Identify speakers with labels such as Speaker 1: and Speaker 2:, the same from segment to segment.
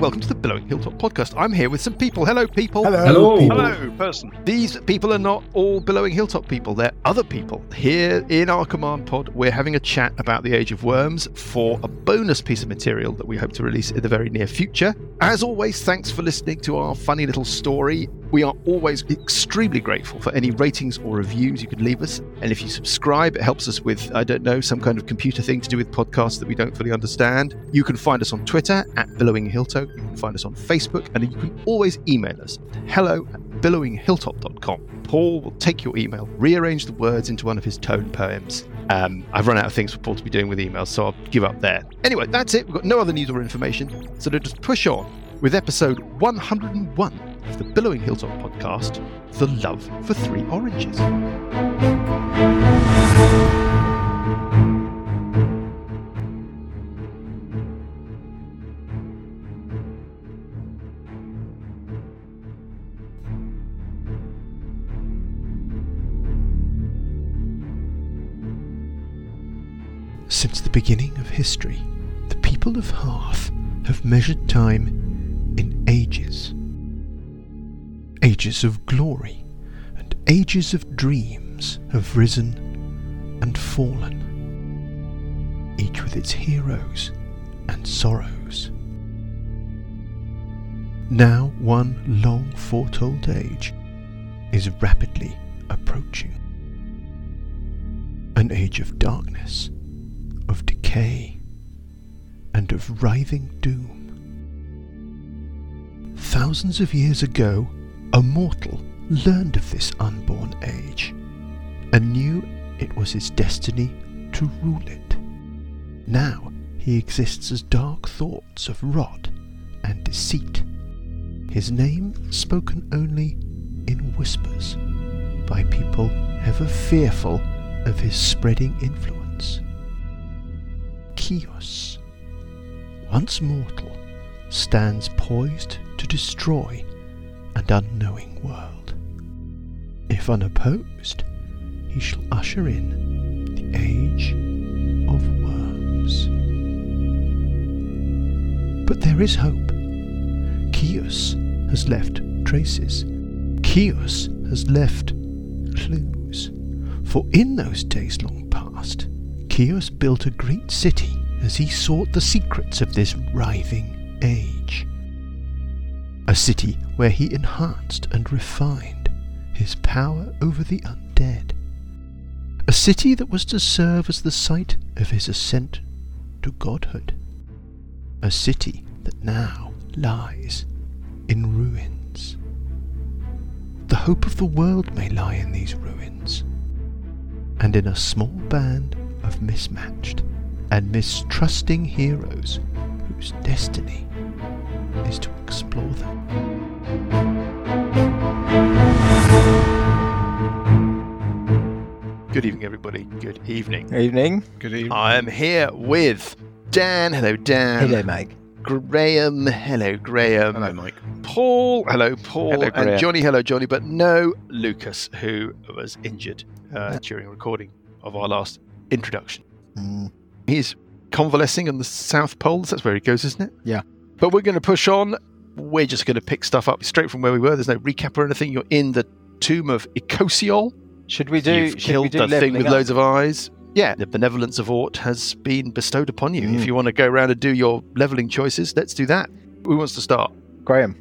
Speaker 1: welcome to the Blowing Hilltop podcast. I'm here with some people. Hello, people.
Speaker 2: Hello.
Speaker 3: Hello.
Speaker 2: people.
Speaker 1: Hello, person. These people are not all Billowing Hilltop people, they're other people. Here in our command pod, we're having a chat about the Age of Worms for a bonus piece of material that we hope to release in the very near future. As always, thanks for listening to our funny little story. We are always extremely grateful for any ratings or reviews you can leave us. And if you subscribe, it helps us with, I don't know, some kind of computer thing to do with podcasts that we don't fully understand. You can find us on Twitter at Billowing Hilltop. You can find us on Facebook. And you can always email us hello at billowinghilltop.com. Paul will take your email, rearrange the words into one of his tone poems. Um, I've run out of things for Paul to be doing with emails, so I'll give up there. Anyway, that's it. We've got no other news or information, so let us push on with episode 101 of the Billowing Hilltop podcast The Love for Three Oranges. Since the beginning of history, the people of Hearth have measured time in ages. Ages of glory and ages of dreams have risen and fallen, each with its heroes and sorrows. Now, one long foretold age is rapidly approaching. An age of darkness of decay and of writhing doom. Thousands of years ago, a mortal learned of this unborn age and knew it was his destiny to rule it. Now he exists as dark thoughts of rot and deceit, his name spoken only in whispers by people ever fearful of his spreading influence. Chios, once mortal, stands poised to destroy an unknowing world. If unopposed, he shall usher in the age of worms. But there is hope. Chios has left traces. Chios has left clues. For in those days long past, Chios built a great city as he sought the secrets of this writhing age. A city where he enhanced and refined his power over the undead. A city that was to serve as the site of his ascent to godhood. A city that now lies in ruins. The hope of the world may lie in these ruins and in a small band of mismatched and mistrusting heroes whose destiny is to explore them. Good evening, everybody. Good evening.
Speaker 3: Evening.
Speaker 2: Good evening.
Speaker 1: I am here with Dan. Hello, Dan.
Speaker 3: Hello, Mike.
Speaker 1: Graham. Hello, Graham.
Speaker 2: Hello, Mike.
Speaker 1: Paul. Hello, Paul.
Speaker 3: Hello,
Speaker 1: and
Speaker 3: Graham.
Speaker 1: Johnny. Hello, Johnny. But no Lucas, who was injured uh, during recording of our last introduction.
Speaker 2: Mm.
Speaker 1: he's convalescing on the South Pole. That's where he goes, isn't it?
Speaker 3: Yeah.
Speaker 1: But we're going to push on. We're just going to pick stuff up straight from where we were. There's no recap or anything. You're in the tomb of Icosiol.
Speaker 3: Should we do?
Speaker 1: You've
Speaker 3: should we
Speaker 1: killed
Speaker 3: do
Speaker 1: the thing
Speaker 3: leveling
Speaker 1: with
Speaker 3: up?
Speaker 1: loads of eyes. Yeah, the benevolence of Ort has been bestowed upon you. If
Speaker 3: Mm.
Speaker 1: you want to go around and do your leveling choices, let's do that. Who wants to start?
Speaker 3: Graham.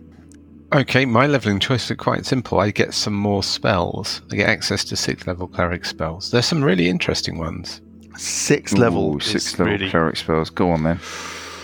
Speaker 2: Okay, my leveling choices are quite simple. I get some more spells. I get access to sixth level cleric spells. There's some really interesting ones.
Speaker 1: Sixth level.
Speaker 4: Ooh,
Speaker 1: is
Speaker 4: six level
Speaker 1: really-
Speaker 4: cleric spells. Go on then.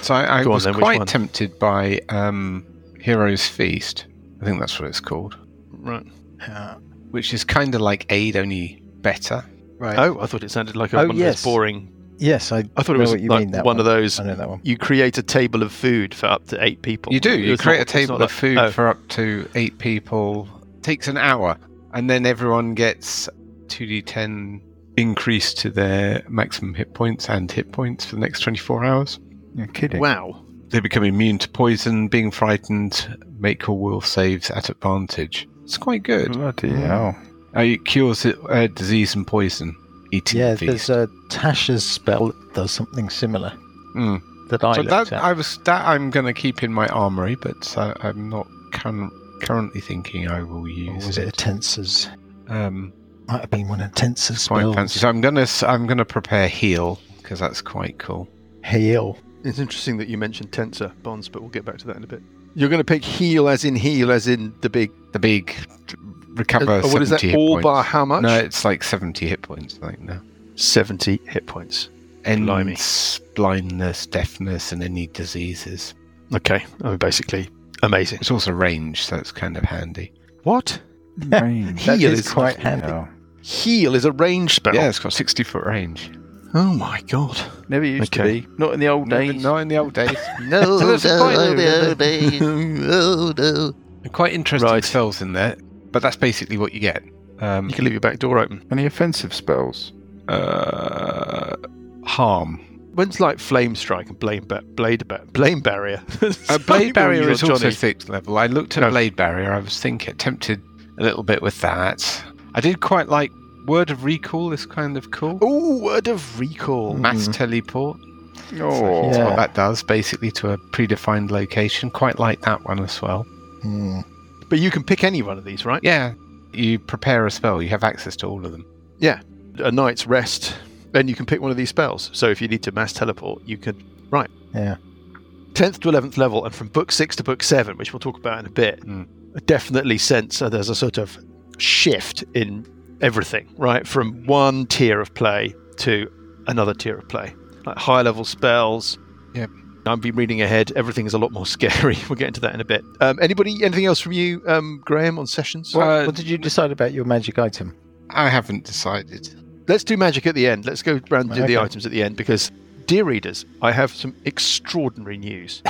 Speaker 2: So I, I
Speaker 1: Go on
Speaker 2: was
Speaker 1: then, which one?
Speaker 2: quite tempted by um, Hero's Feast. I think that's what it's called,
Speaker 1: Right.
Speaker 3: Uh,
Speaker 2: which is kind of like Aid, only better.
Speaker 3: right.
Speaker 1: Oh, I thought it sounded like a,
Speaker 3: Oh,
Speaker 1: one of those
Speaker 3: yes.
Speaker 1: boring.
Speaker 3: yes, I.
Speaker 1: I thought it
Speaker 3: know
Speaker 1: was
Speaker 3: what you
Speaker 1: like
Speaker 3: mean, that
Speaker 1: one, of those
Speaker 3: I know that one.
Speaker 1: you create a table of food for up to eight people.
Speaker 2: You do. You
Speaker 1: It's
Speaker 2: create
Speaker 1: not-
Speaker 2: a table
Speaker 1: it's
Speaker 2: of
Speaker 1: not like-
Speaker 2: food
Speaker 1: oh,
Speaker 2: for up to eight people. Takes an hour, and then everyone gets two d ten increase to their maximum hit points and hit points for the next twenty four hours.
Speaker 4: You're kidding.
Speaker 1: Wow.
Speaker 2: They become immune to poison, being frightened, make or will saves at advantage. It's quite good.
Speaker 4: Bloody
Speaker 3: Mm.
Speaker 4: hell.
Speaker 2: Uh, it cures uh, disease and poison. Eating
Speaker 3: Yeah,
Speaker 1: uh,
Speaker 2: feast.
Speaker 3: there's a Tasha's spell that does something similar.
Speaker 2: Mm.
Speaker 1: that I
Speaker 2: so
Speaker 1: looked
Speaker 2: that
Speaker 1: at.
Speaker 2: I was that I'm going to keep in my armory, but uh, I'm not current, currently thinking I will
Speaker 3: Or
Speaker 2: use
Speaker 3: was it a tensor's?
Speaker 2: Um,
Speaker 3: Might have been one of tensor's
Speaker 2: quite
Speaker 3: spells.
Speaker 2: fancy. So I'm going to I'm going to prepare heal because that's quite cool.
Speaker 3: Heal.
Speaker 5: It's interesting that you mentioned tensor bonds, but we'll get back to that in a bit. You're going to pick heal as in heal as in the big.
Speaker 2: The big t- recover.
Speaker 5: uh, what is
Speaker 2: 70
Speaker 5: that?
Speaker 2: hit
Speaker 5: All
Speaker 2: points.
Speaker 5: bar how much?
Speaker 2: No, it's like 70 hit points. I think now.
Speaker 5: 70 hit points. Blimey.
Speaker 2: Ends blindness, deafness, and any diseases.
Speaker 5: Okay. I mean, basically, amazing.
Speaker 2: It's also range, so it's kind of handy.
Speaker 5: What?
Speaker 1: Range.
Speaker 3: That
Speaker 5: Heal
Speaker 3: is
Speaker 5: is-
Speaker 3: quite handy.
Speaker 1: No.
Speaker 5: Heal is a range spell.
Speaker 2: Yeah, it's got 60 foot range.
Speaker 5: Oh my god.
Speaker 1: Never used
Speaker 5: Okay.
Speaker 1: to be. Not in the old days.
Speaker 2: Not in the old days.
Speaker 5: No,
Speaker 2: So there's a point over there.
Speaker 5: no, no.
Speaker 2: quite interesting
Speaker 5: Right.
Speaker 2: spells in there, but that's basically what you get. Um,
Speaker 5: You can leave your back door open.
Speaker 1: Any offensive spells?
Speaker 2: uh, harm.
Speaker 5: When's like flame strike and blame ba- blade ba- blame barrier?
Speaker 2: Uh, blade barrier is also
Speaker 5: Johnny.
Speaker 2: sixth level. I looked at
Speaker 5: No.
Speaker 2: blade barrier. I was thinking, tempted a little bit with that. I did quite like word of recall. Is kind of cool.
Speaker 5: Ooh, word of recall.
Speaker 2: Mass teleport.
Speaker 1: Oh,
Speaker 2: That's
Speaker 3: Yeah.
Speaker 2: what that does, basically to a predefined location. Quite like that one as well.
Speaker 3: Hmm.
Speaker 5: But you can pick any one of these, right?
Speaker 2: Yeah, you prepare a spell. You have access to all of them.
Speaker 5: a night's rest, then you can pick one of these spells. So if you need to mass teleport, you could. Right.
Speaker 3: Yeah.
Speaker 5: 10th to 11th level, and from book 6 to book 7, which we'll talk about in a bit,
Speaker 2: Mm.
Speaker 5: I definitely sense that there's a sort of shift in everything, right? From one tier of play to another tier of play. Like high level spells.
Speaker 2: Yep.
Speaker 5: I've been reading ahead. Everything's a lot more scary. We'll get into that in a bit. Um, anybody, anything else from you, um, Graham, on sessions?
Speaker 2: Uh,
Speaker 3: what did you decide about your magic item?
Speaker 2: I haven't decided.
Speaker 5: Let's do magic at the end. Let's go round and do the
Speaker 3: Okay.
Speaker 5: items at the end because, dear readers, I have some extraordinary news.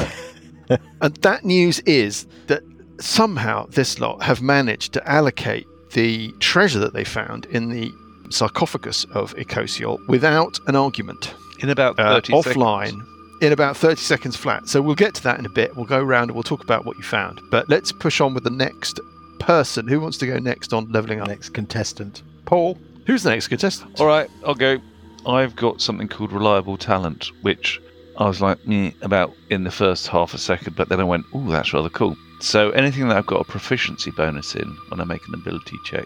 Speaker 5: and that news is that somehow this lot have managed to allocate the treasure that they found in the sarcophagus of Icosiol without an argument
Speaker 2: In about
Speaker 5: uh, offline in about 30 seconds flat. So we'll get to that in a bit. We'll go around and we'll talk about what you found. But let's push on with the next person. Who wants to go next on leveling up?
Speaker 3: Next contestant.
Speaker 1: Paul.
Speaker 5: Who's the next contestant?
Speaker 4: All right, I'll go. I've got something called reliable talent, which I was like "Meh," about in the first half a second, but then I went, "Oh, that's rather cool." So anything that I've got a proficiency bonus in when I make an ability check,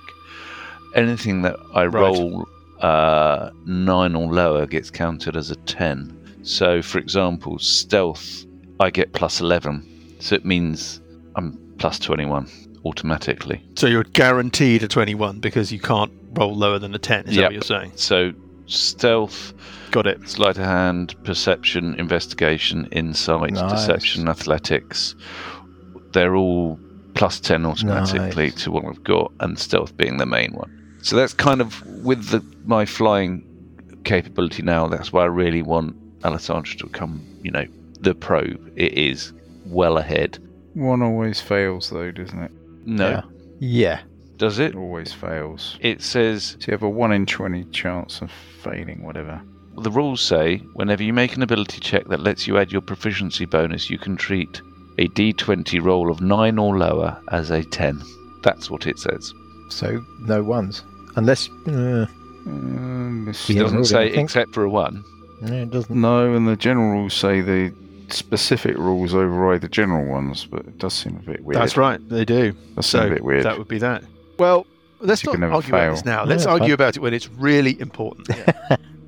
Speaker 4: anything that I
Speaker 5: Right.
Speaker 4: roll uh, nine or lower gets counted as a ten. So, for example, stealth, I get plus eleven, so it means I'm plus twenty-one automatically.
Speaker 5: So you're guaranteed a 21 because you can't roll lower than a 10, is that what
Speaker 4: Yep.
Speaker 5: you're saying?
Speaker 4: So, stealth,
Speaker 5: Got it.
Speaker 4: Sleight of hand, perception, investigation, insight,
Speaker 3: Nice.
Speaker 4: deception, athletics. They're all plus 10 automatically
Speaker 3: Nice.
Speaker 4: to what I've got, and stealth being the main one. So that's kind of with the, my flying capability now, that's why I really want Alessandra to come, you know, the probe. It is well ahead.
Speaker 1: One always fails, though, doesn't it?
Speaker 4: No,
Speaker 3: Yeah. Yeah.
Speaker 4: does it?
Speaker 1: It always fails.
Speaker 4: It says
Speaker 1: So you have a 1 in 20 chance of failing, whatever.
Speaker 4: the rules say whenever you make an ability check that lets you add your proficiency bonus, you can treat a d20 roll of 9 or lower as a 10. That's what it says.
Speaker 3: So no ones, unless uh,
Speaker 1: Um, this-
Speaker 4: It
Speaker 3: Yeah,
Speaker 4: doesn't
Speaker 3: really,
Speaker 4: say
Speaker 3: I think.
Speaker 4: except for a 1.
Speaker 3: no, it doesn't.
Speaker 1: No, and the general rules say the specific rules override the general ones, but it does seem a bit weird.
Speaker 5: That's right, they do.
Speaker 1: Does seem
Speaker 5: So
Speaker 1: a bit weird.
Speaker 5: that would be that. Well, let's
Speaker 1: You
Speaker 5: not
Speaker 1: can never
Speaker 5: argue about this
Speaker 1: fail.
Speaker 5: now.
Speaker 3: No,
Speaker 5: Let's
Speaker 3: that's
Speaker 5: argue
Speaker 3: fine.
Speaker 5: about it when it's really important.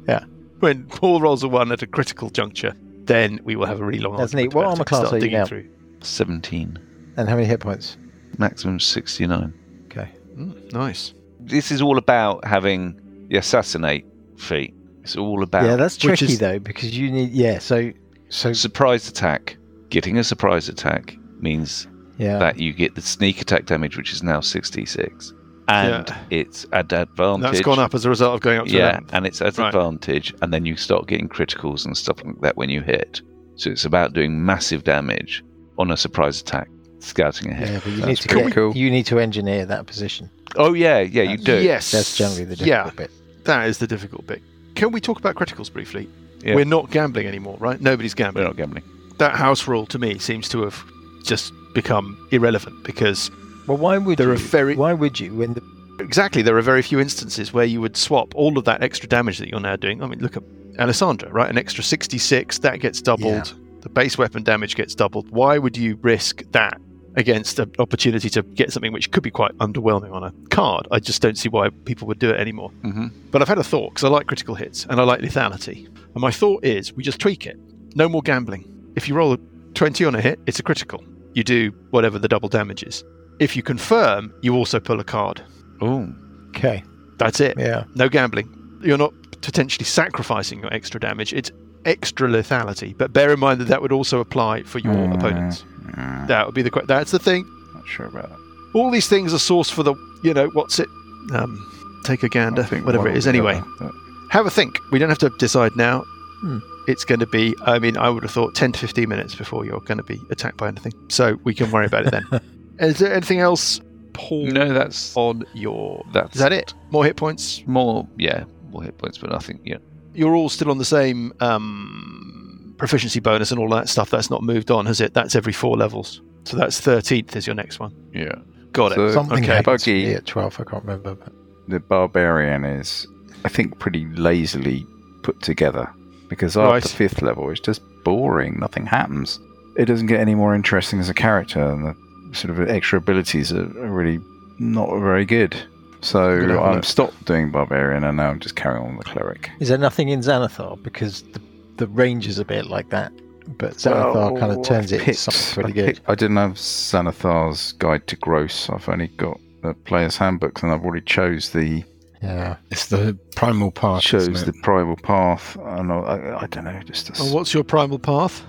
Speaker 3: Yeah.
Speaker 5: When Paul rolls a 1 at a critical juncture, then we will have a really long
Speaker 3: Doesn't
Speaker 5: argument
Speaker 3: he? What
Speaker 5: about
Speaker 3: armor
Speaker 5: it.
Speaker 3: class
Speaker 5: Start
Speaker 3: are you
Speaker 5: digging
Speaker 3: now?
Speaker 5: through.
Speaker 4: 17.
Speaker 3: And how many hit points?
Speaker 4: Maximum 69.
Speaker 3: Okay.
Speaker 5: Mm, nice.
Speaker 4: This is all about having the assassinate feat. It's all about
Speaker 3: Yeah, that's
Speaker 5: Which
Speaker 3: tricky
Speaker 5: is-
Speaker 3: though because you need. Yeah. So so
Speaker 4: surprise attack. Getting a surprise attack means
Speaker 3: yeah.
Speaker 4: that you get the sneak attack damage, which is now 66. And
Speaker 5: Yeah.
Speaker 4: it's at advantage.
Speaker 5: That's gone up as a result of going up to
Speaker 4: yeah,
Speaker 5: 11th.
Speaker 4: and it's at
Speaker 5: Right.
Speaker 4: advantage, and then you start getting criticals and stuff like that when you hit. So it's about doing massive damage on a surprise attack, scouting ahead.
Speaker 3: yeah, but you need
Speaker 1: That's
Speaker 3: to
Speaker 1: pretty
Speaker 3: get,
Speaker 1: cool.
Speaker 3: you need to engineer that position.
Speaker 4: Oh yeah, yeah, you do.
Speaker 5: Yes.
Speaker 3: That's generally the difficult
Speaker 5: Yeah,
Speaker 3: bit.
Speaker 5: that is the difficult bit. Can we talk about criticals briefly?
Speaker 4: Yeah.
Speaker 5: We're not gambling anymore, right? Nobody's gambling.
Speaker 4: We're not gambling.
Speaker 5: that house rule to me seems to have just become irrelevant because
Speaker 3: Well, why would
Speaker 5: There
Speaker 3: you?
Speaker 5: are very-
Speaker 3: Why would you when the
Speaker 5: Exactly. There are very few instances where you would swap all of that extra damage that you're now doing. I mean, look at Alessandra, right? An extra 66, that gets doubled. The base weapon damage gets doubled. Why would you risk that against an opportunity to get something which could be quite underwhelming on a card? I just don't see why people would do it anymore.
Speaker 6: Mhm.
Speaker 5: But I've had a thought because I like critical hits and I like lethality. And my thought is we just tweak it. No more gambling. If you roll a 20 on a hit, it's a critical. You do whatever the double damage is. If you confirm, you also pull a card.
Speaker 6: Oh,
Speaker 3: Okay.
Speaker 5: That's it.
Speaker 3: Yeah.
Speaker 5: No gambling. You're not potentially sacrificing your extra damage. It's extra lethality. But bear in mind that that would also apply for your
Speaker 4: Mm.
Speaker 5: opponents.
Speaker 4: Yeah,
Speaker 5: That would be the que- that's the thing.
Speaker 4: not sure about that.
Speaker 5: All these things are source for the you know what's it? Um, take a gander,
Speaker 4: I think
Speaker 5: whatever
Speaker 4: one
Speaker 5: it
Speaker 4: or
Speaker 5: is.
Speaker 4: the
Speaker 5: Anyway,
Speaker 4: other, but-
Speaker 5: have a think. We don't have to decide now.
Speaker 3: Hmm.
Speaker 5: It's going to be. I mean, I would have thought ten to fifteen minutes before you're going to be attacked by anything. So we can worry about it then. is there anything else, Paul?
Speaker 6: no, that's
Speaker 5: On your
Speaker 6: that's
Speaker 5: is that it? More hit points.
Speaker 6: more. Yeah, more hit points, but nothing. Yeah,
Speaker 5: you're all still on the same um, proficiency bonus and all that stuff. That's not moved on, has it? That's every four levels. So that's 13th is your next one.
Speaker 4: Yeah.
Speaker 5: Got
Speaker 4: So-
Speaker 5: it.
Speaker 3: Something
Speaker 5: okay.
Speaker 3: happened to
Speaker 4: Buggy.
Speaker 3: me at 12. I can't remember. But
Speaker 4: the barbarian is, I think, pretty lazily put together because after
Speaker 5: Right.
Speaker 4: fifth level, it's just boring. Nothing happens. It doesn't get any more interesting as a character, and the sort of extra abilities are, are really not very good. So
Speaker 5: I'm gonna have a
Speaker 4: I'm
Speaker 5: look.
Speaker 4: stopped doing barbarian, and now I'm just carrying on with the cleric.
Speaker 3: is there nothing in Xanathar? Because the, the range is a bit like that. But Xanathar kind of turns it into something pretty
Speaker 4: I,
Speaker 3: good.
Speaker 4: picked- I didn't have Xanathar's Guide to Gross. I've only got the player's handbooks, and I've already chose the
Speaker 3: Yeah.
Speaker 2: It's the primal path. isn't
Speaker 4: chose
Speaker 2: it?
Speaker 4: the primal path, and I, I, I don't know, just
Speaker 3: Oh,
Speaker 4: a
Speaker 5: Well, what's your primal path?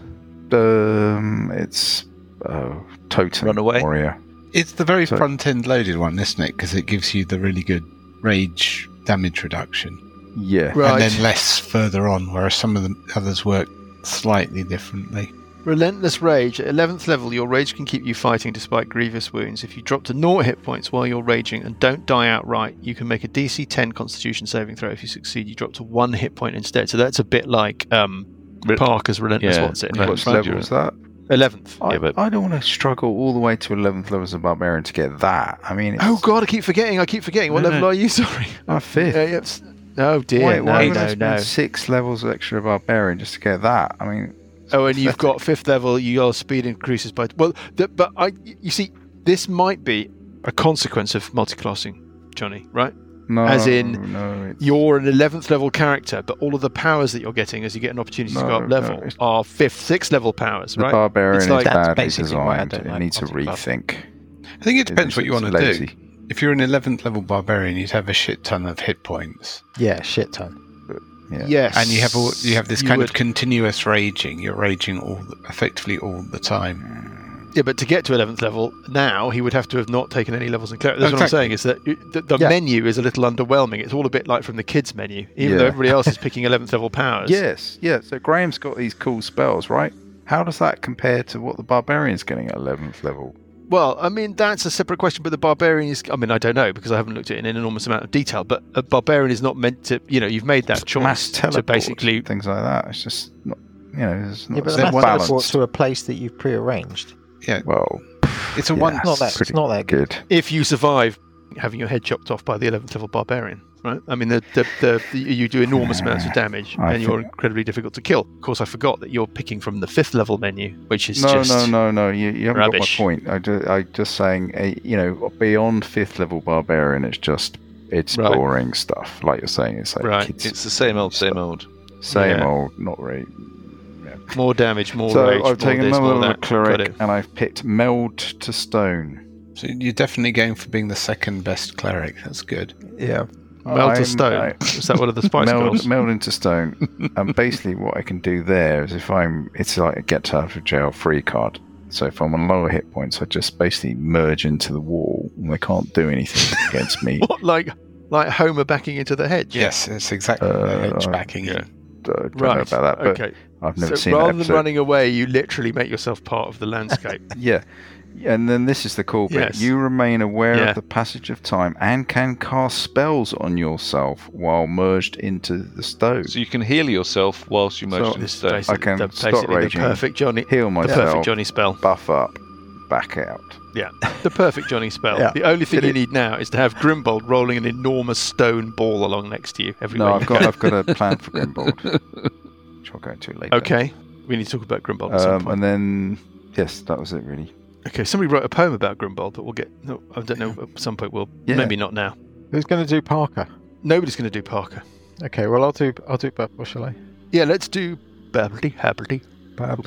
Speaker 4: Um, it's uh, totem
Speaker 6: Runaway?
Speaker 4: warrior.
Speaker 2: It's the very
Speaker 4: So-
Speaker 2: front end loaded one, isn't it? Because it gives you the really good rage damage reduction,
Speaker 4: Yeah,
Speaker 5: Right.
Speaker 2: and then less further on, whereas some of the others work slightly differently.
Speaker 5: Relentless Rage. At 11th level, your rage can keep you fighting despite grievous wounds. If you drop to naught hit points while you're raging and don't die outright, you can make a DC 10 constitution saving throw. If you succeed, you drop to one hit point instead. So that's a bit like um,
Speaker 6: Re-
Speaker 5: Parker's Relentless,
Speaker 6: yeah,
Speaker 5: what's it?
Speaker 6: Relentless
Speaker 4: which level
Speaker 6: Rage.
Speaker 4: is that?
Speaker 5: 11th.
Speaker 4: I,
Speaker 6: Yeah, but-
Speaker 4: I don't want to struggle all the way to eleventh level as a barbarian to get that. I mean, it's,
Speaker 5: Oh, God, I keep forgetting. I keep forgetting. What
Speaker 6: No,
Speaker 5: level
Speaker 6: no.
Speaker 5: are you? Sorry.
Speaker 4: I'm fifth.
Speaker 5: Yeah, yeah, s- Oh dear!
Speaker 4: why why
Speaker 5: no,
Speaker 4: would I
Speaker 5: no,
Speaker 4: spend
Speaker 5: no.
Speaker 4: six levels of extra barbarian just to get that? I mean,
Speaker 5: Oh, and you've got fifth level. Your speed increases by well, th- but I, you see, this might be a consequence of multiclassing, Johnny. Right?
Speaker 4: no,
Speaker 5: As in,
Speaker 4: no, it's,
Speaker 5: You're an eleventh level character, but all of the powers that you're getting as you get an opportunity to
Speaker 4: No,
Speaker 5: go up
Speaker 4: no,
Speaker 5: level
Speaker 4: it's-
Speaker 5: are fifth, sixth level powers,
Speaker 4: the
Speaker 5: right?
Speaker 4: barbarian
Speaker 5: it's like-
Speaker 4: is
Speaker 3: That's
Speaker 4: badly
Speaker 3: basically why I
Speaker 4: designed.
Speaker 3: don't
Speaker 4: It
Speaker 3: like
Speaker 4: needs a
Speaker 3: Monty Python.
Speaker 4: rethink.
Speaker 2: I think it depends
Speaker 4: It's-
Speaker 2: what you
Speaker 4: it's
Speaker 2: want to do.
Speaker 4: lazy.
Speaker 2: If you're an 11th level barbarian, you'd have a shit ton of hit points,
Speaker 3: Yeah, shit ton.
Speaker 4: Yeah.
Speaker 5: Yes.
Speaker 2: and you have all, you have this
Speaker 5: You
Speaker 2: kind
Speaker 5: would-
Speaker 2: of continuous raging. You're raging all the, effectively all the time.
Speaker 5: Yeah, but to get to eleventh level now, he would have to have not taken any levels in cleric. That's what I'm
Speaker 2: Exactly.
Speaker 5: saying is that you- the, the
Speaker 3: Yeah.
Speaker 5: menu is a little underwhelming. It's all a bit like from the kids menu, even though
Speaker 4: Yeah.
Speaker 5: everybody else is picking eleventh level powers.
Speaker 4: Yes, yeah. So Graham's got these cool spells, right? How does that compare to what the barbarian's getting at eleventh level?
Speaker 5: Well, I mean, that's a separate question, but the barbarian is. I mean, I don't know because I haven't looked at it in an enormous amount of detail, but a barbarian is not meant to, you know, you've made that choice
Speaker 4: mass
Speaker 5: to
Speaker 4: teleport,
Speaker 5: basically.
Speaker 4: things like that. It's just not, you know, it's not,
Speaker 3: Yeah, but
Speaker 4: it's
Speaker 3: the
Speaker 4: not
Speaker 3: mass teleport
Speaker 4: balanced.
Speaker 3: to a place that you've prearranged.
Speaker 4: Well,
Speaker 2: It's a
Speaker 4: Yeah.
Speaker 2: one.
Speaker 4: That's
Speaker 3: Not that. It's
Speaker 4: pretty
Speaker 3: not that good.
Speaker 4: good.
Speaker 5: If you survive having your head chopped off by the 11th level barbarian, right? I mean, the, the, the, the, you do enormous amounts of damage
Speaker 4: I
Speaker 5: and you're
Speaker 4: think-
Speaker 5: incredibly difficult to kill. Of course, I forgot that you're picking from the 5th level menu, which is
Speaker 4: No,
Speaker 5: just.
Speaker 4: no, no, no. You, you haven't
Speaker 5: rubbish.
Speaker 4: got my point. I ju- I just saying, eh, you know, beyond fifth level barbarian, it's just it's
Speaker 5: Right.
Speaker 4: boring stuff. Like you're saying, it's like
Speaker 5: Right.
Speaker 4: kids,
Speaker 6: it's the same old, same old.
Speaker 4: same
Speaker 5: yeah.
Speaker 4: old, not really.
Speaker 5: More damage, more
Speaker 4: so
Speaker 5: rage, more
Speaker 4: I've taken
Speaker 5: this,
Speaker 4: another
Speaker 5: more
Speaker 4: level of
Speaker 5: that. Got it.
Speaker 4: cleric, and I've picked meld to stone.
Speaker 2: So you're definitely going for being the second best cleric. That's good.
Speaker 4: Yeah,
Speaker 5: Melt of stone. Is that one of the Spice
Speaker 4: meld,
Speaker 5: Girls?
Speaker 4: meld into stone. and basically, what I can do there is if I'm, it's like a get out of jail free card. So if I'm on lower hit points, I just basically merge into the wall and they can't do anything against me.
Speaker 5: What, like, like Homer backing into the hedge?
Speaker 2: Yes, it's exactly
Speaker 4: Uh,
Speaker 2: the hedge
Speaker 4: uh,
Speaker 2: backing.
Speaker 6: yeah.
Speaker 4: I don't know
Speaker 5: Right.
Speaker 4: about that, but
Speaker 5: okay.
Speaker 4: I've never
Speaker 5: so
Speaker 4: seen
Speaker 5: rather
Speaker 4: that
Speaker 5: than
Speaker 4: episode.
Speaker 5: running away, you literally make yourself part of the landscape.
Speaker 4: Yeah. And then this is the cool bit.
Speaker 5: Yes.
Speaker 4: You remain aware
Speaker 5: Yeah.
Speaker 4: of the passage of time and can cast spells on yourself while merged into the stone.
Speaker 6: So you can heal yourself whilst you merge
Speaker 4: So-
Speaker 6: in into
Speaker 5: this is
Speaker 6: stone.
Speaker 4: I
Speaker 5: basically,
Speaker 4: can
Speaker 5: the,
Speaker 4: stop
Speaker 5: basically the
Speaker 4: raging.
Speaker 5: perfect Johnny,
Speaker 4: Heal
Speaker 5: the
Speaker 4: myself,
Speaker 5: perfect Johnny spell.
Speaker 4: buff up, back out.
Speaker 5: Yeah, the perfect Johnny spell.
Speaker 3: Yeah.
Speaker 5: The only thing
Speaker 4: It
Speaker 5: you
Speaker 4: is-
Speaker 5: need now is to have Grimbold rolling an enormous stone ball along next to you every
Speaker 4: No,
Speaker 5: way
Speaker 4: I've
Speaker 5: you
Speaker 4: got
Speaker 5: go.
Speaker 4: I've got a plan for Grimbold, which I'll go into later.
Speaker 5: Okay, we need to talk about Grimbold at some
Speaker 4: Um,
Speaker 5: point.
Speaker 4: and then yes, that was it really.
Speaker 5: Okay, somebody wrote a poem about Grimbold, but we'll get. No, I don't know. At some point, we'll.
Speaker 4: Yeah.
Speaker 5: Maybe not now.
Speaker 3: Who's going to do Parker?
Speaker 5: Nobody's going to do Parker.
Speaker 3: Okay, well I'll do I'll do Bubble, shall I?
Speaker 5: Yeah, let's do Babbly Habbly.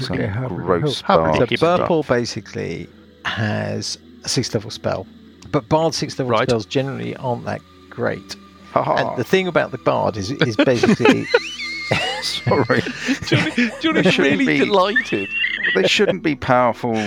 Speaker 4: Some
Speaker 3: Bubble.
Speaker 4: gross
Speaker 5: Hubble.
Speaker 4: bard
Speaker 3: So
Speaker 5: Keep it up.
Speaker 4: stuff.
Speaker 3: Burple basically has a sixth level spell, but Bard sixth level
Speaker 5: Right.
Speaker 3: spells generally aren't that great.
Speaker 4: Ha ha.
Speaker 3: And the thing about the Bard is is basically
Speaker 4: Sorry,
Speaker 6: Johnny,
Speaker 4: They shouldn't be-
Speaker 6: delighted.
Speaker 4: they shouldn't be powerful.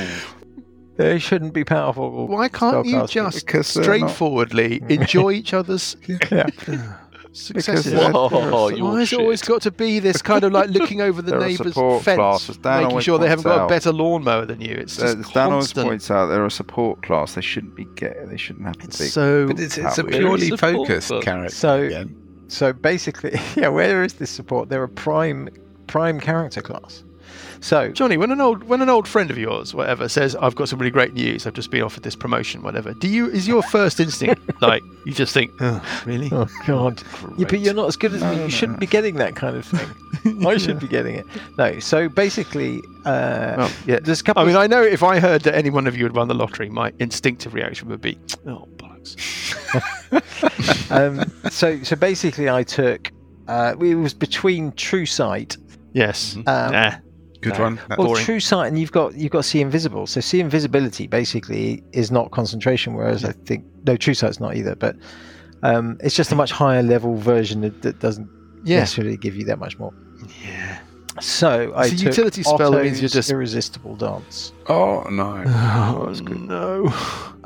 Speaker 3: they shouldn't be powerful.
Speaker 5: Why can't you
Speaker 3: spellcasters.
Speaker 5: just
Speaker 4: Because they're not-
Speaker 5: straightforwardly enjoy each other's
Speaker 3: Yeah.
Speaker 5: successes?
Speaker 4: they're-
Speaker 6: Whoa,
Speaker 4: they're a
Speaker 6: you're
Speaker 4: support-
Speaker 5: Why has it always got to be this kind of like looking over the
Speaker 4: They're a
Speaker 5: neighbour's
Speaker 4: support
Speaker 5: fence,
Speaker 4: class, as Dan
Speaker 5: making
Speaker 4: always
Speaker 5: sure they haven't
Speaker 4: points
Speaker 5: got a
Speaker 4: out.
Speaker 5: better lawnmower than you? It's
Speaker 4: As
Speaker 5: just
Speaker 4: Dan always
Speaker 5: constant.
Speaker 4: points out, they're a support class. They shouldn't be get. They shouldn't have to
Speaker 5: It's
Speaker 4: be.
Speaker 5: so
Speaker 2: But it's, it's a
Speaker 4: Hubble.
Speaker 2: purely
Speaker 6: Support
Speaker 2: focused
Speaker 6: them.
Speaker 2: character.
Speaker 3: So-
Speaker 2: again.
Speaker 3: So basically, yeah, where is this support? They're a prime prime character class. So
Speaker 5: Johnny, when an old when an old friend of yours, whatever, says, "I've got some really great news. I've just been offered this promotion, whatever." Do you is your first instinct like you just think, "Ugh, "Really?
Speaker 3: Oh God! You, but
Speaker 4: Great.
Speaker 3: you're not as good as
Speaker 4: No,
Speaker 3: me.
Speaker 4: no,
Speaker 3: You
Speaker 4: no.
Speaker 3: shouldn't be getting that kind of thing. I should be getting it. No. So basically, uh,
Speaker 4: Well, yeah.
Speaker 3: there's a couple.
Speaker 5: I mean,
Speaker 3: of,
Speaker 5: I know if I heard that any one of you had won the lottery, my instinctive reaction would be, "Oh bollocks!"
Speaker 3: um, so so basically, I took. Uh, it was between True Sight.
Speaker 5: Yes,
Speaker 3: Um,
Speaker 5: nah,
Speaker 2: Good
Speaker 5: No.
Speaker 2: one. Uh, That-
Speaker 3: Well,
Speaker 5: boring.
Speaker 3: True Sight, and you've got you've got See Invisible. So See Invisibility basically is not concentration, whereas I think no True Sight's not either. But um, it's just a much higher level version that, that doesn't
Speaker 5: yeah,
Speaker 3: necessarily give you that much more.
Speaker 5: yeah.
Speaker 3: So I
Speaker 5: It's a
Speaker 3: took
Speaker 5: utility spell that means
Speaker 3: Otto's
Speaker 5: you're just-
Speaker 3: irresistible dance.
Speaker 2: Oh no!
Speaker 5: Oh, no.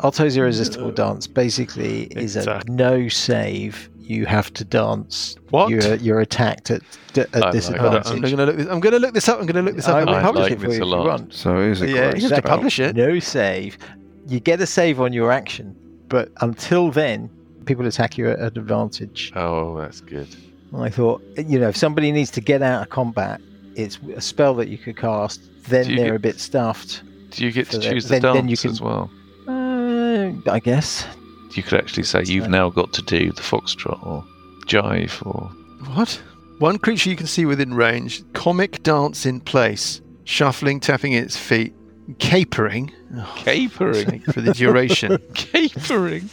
Speaker 3: Alto's Irresistible Dance basically is a
Speaker 5: Exact-
Speaker 3: no save. You have to dance.
Speaker 5: What? Oh
Speaker 3: You're, you're attacked at, d- at
Speaker 6: like
Speaker 5: Hold on,
Speaker 3: disadvantage.
Speaker 5: I'm going to look this. I'm going to look this up. I'm going to look this
Speaker 3: I
Speaker 5: up.
Speaker 3: will
Speaker 6: I
Speaker 5: I'll
Speaker 3: publish
Speaker 6: like
Speaker 3: it for
Speaker 6: this
Speaker 3: you
Speaker 6: a
Speaker 3: if you
Speaker 6: lot.
Speaker 3: want.
Speaker 4: So it is a
Speaker 5: Yeah,
Speaker 4: gross
Speaker 5: you have to
Speaker 4: spell.
Speaker 5: publish it.
Speaker 3: No save. You get a save on your action, but until then, people attack you at at advantage.
Speaker 6: Oh, that's good.
Speaker 3: And I thought, you know, if somebody needs to get out of combat, it's a spell that you could cast. Then
Speaker 6: Do you
Speaker 3: they're
Speaker 6: get-
Speaker 3: a bit stuffed.
Speaker 6: Do you get
Speaker 3: So
Speaker 6: to
Speaker 3: then-
Speaker 6: choose the
Speaker 3: then-
Speaker 6: dance
Speaker 3: then you can-
Speaker 6: as well?
Speaker 3: Uh, I guess.
Speaker 6: You could actually say
Speaker 3: That's
Speaker 6: you've
Speaker 3: right.
Speaker 6: now got to do the foxtrot or jive or
Speaker 5: What? One creature you can see within range, comic dance in place, shuffling, tapping its feet, capering. Oh,
Speaker 6: capering.
Speaker 5: sake, for the duration.
Speaker 6: capering.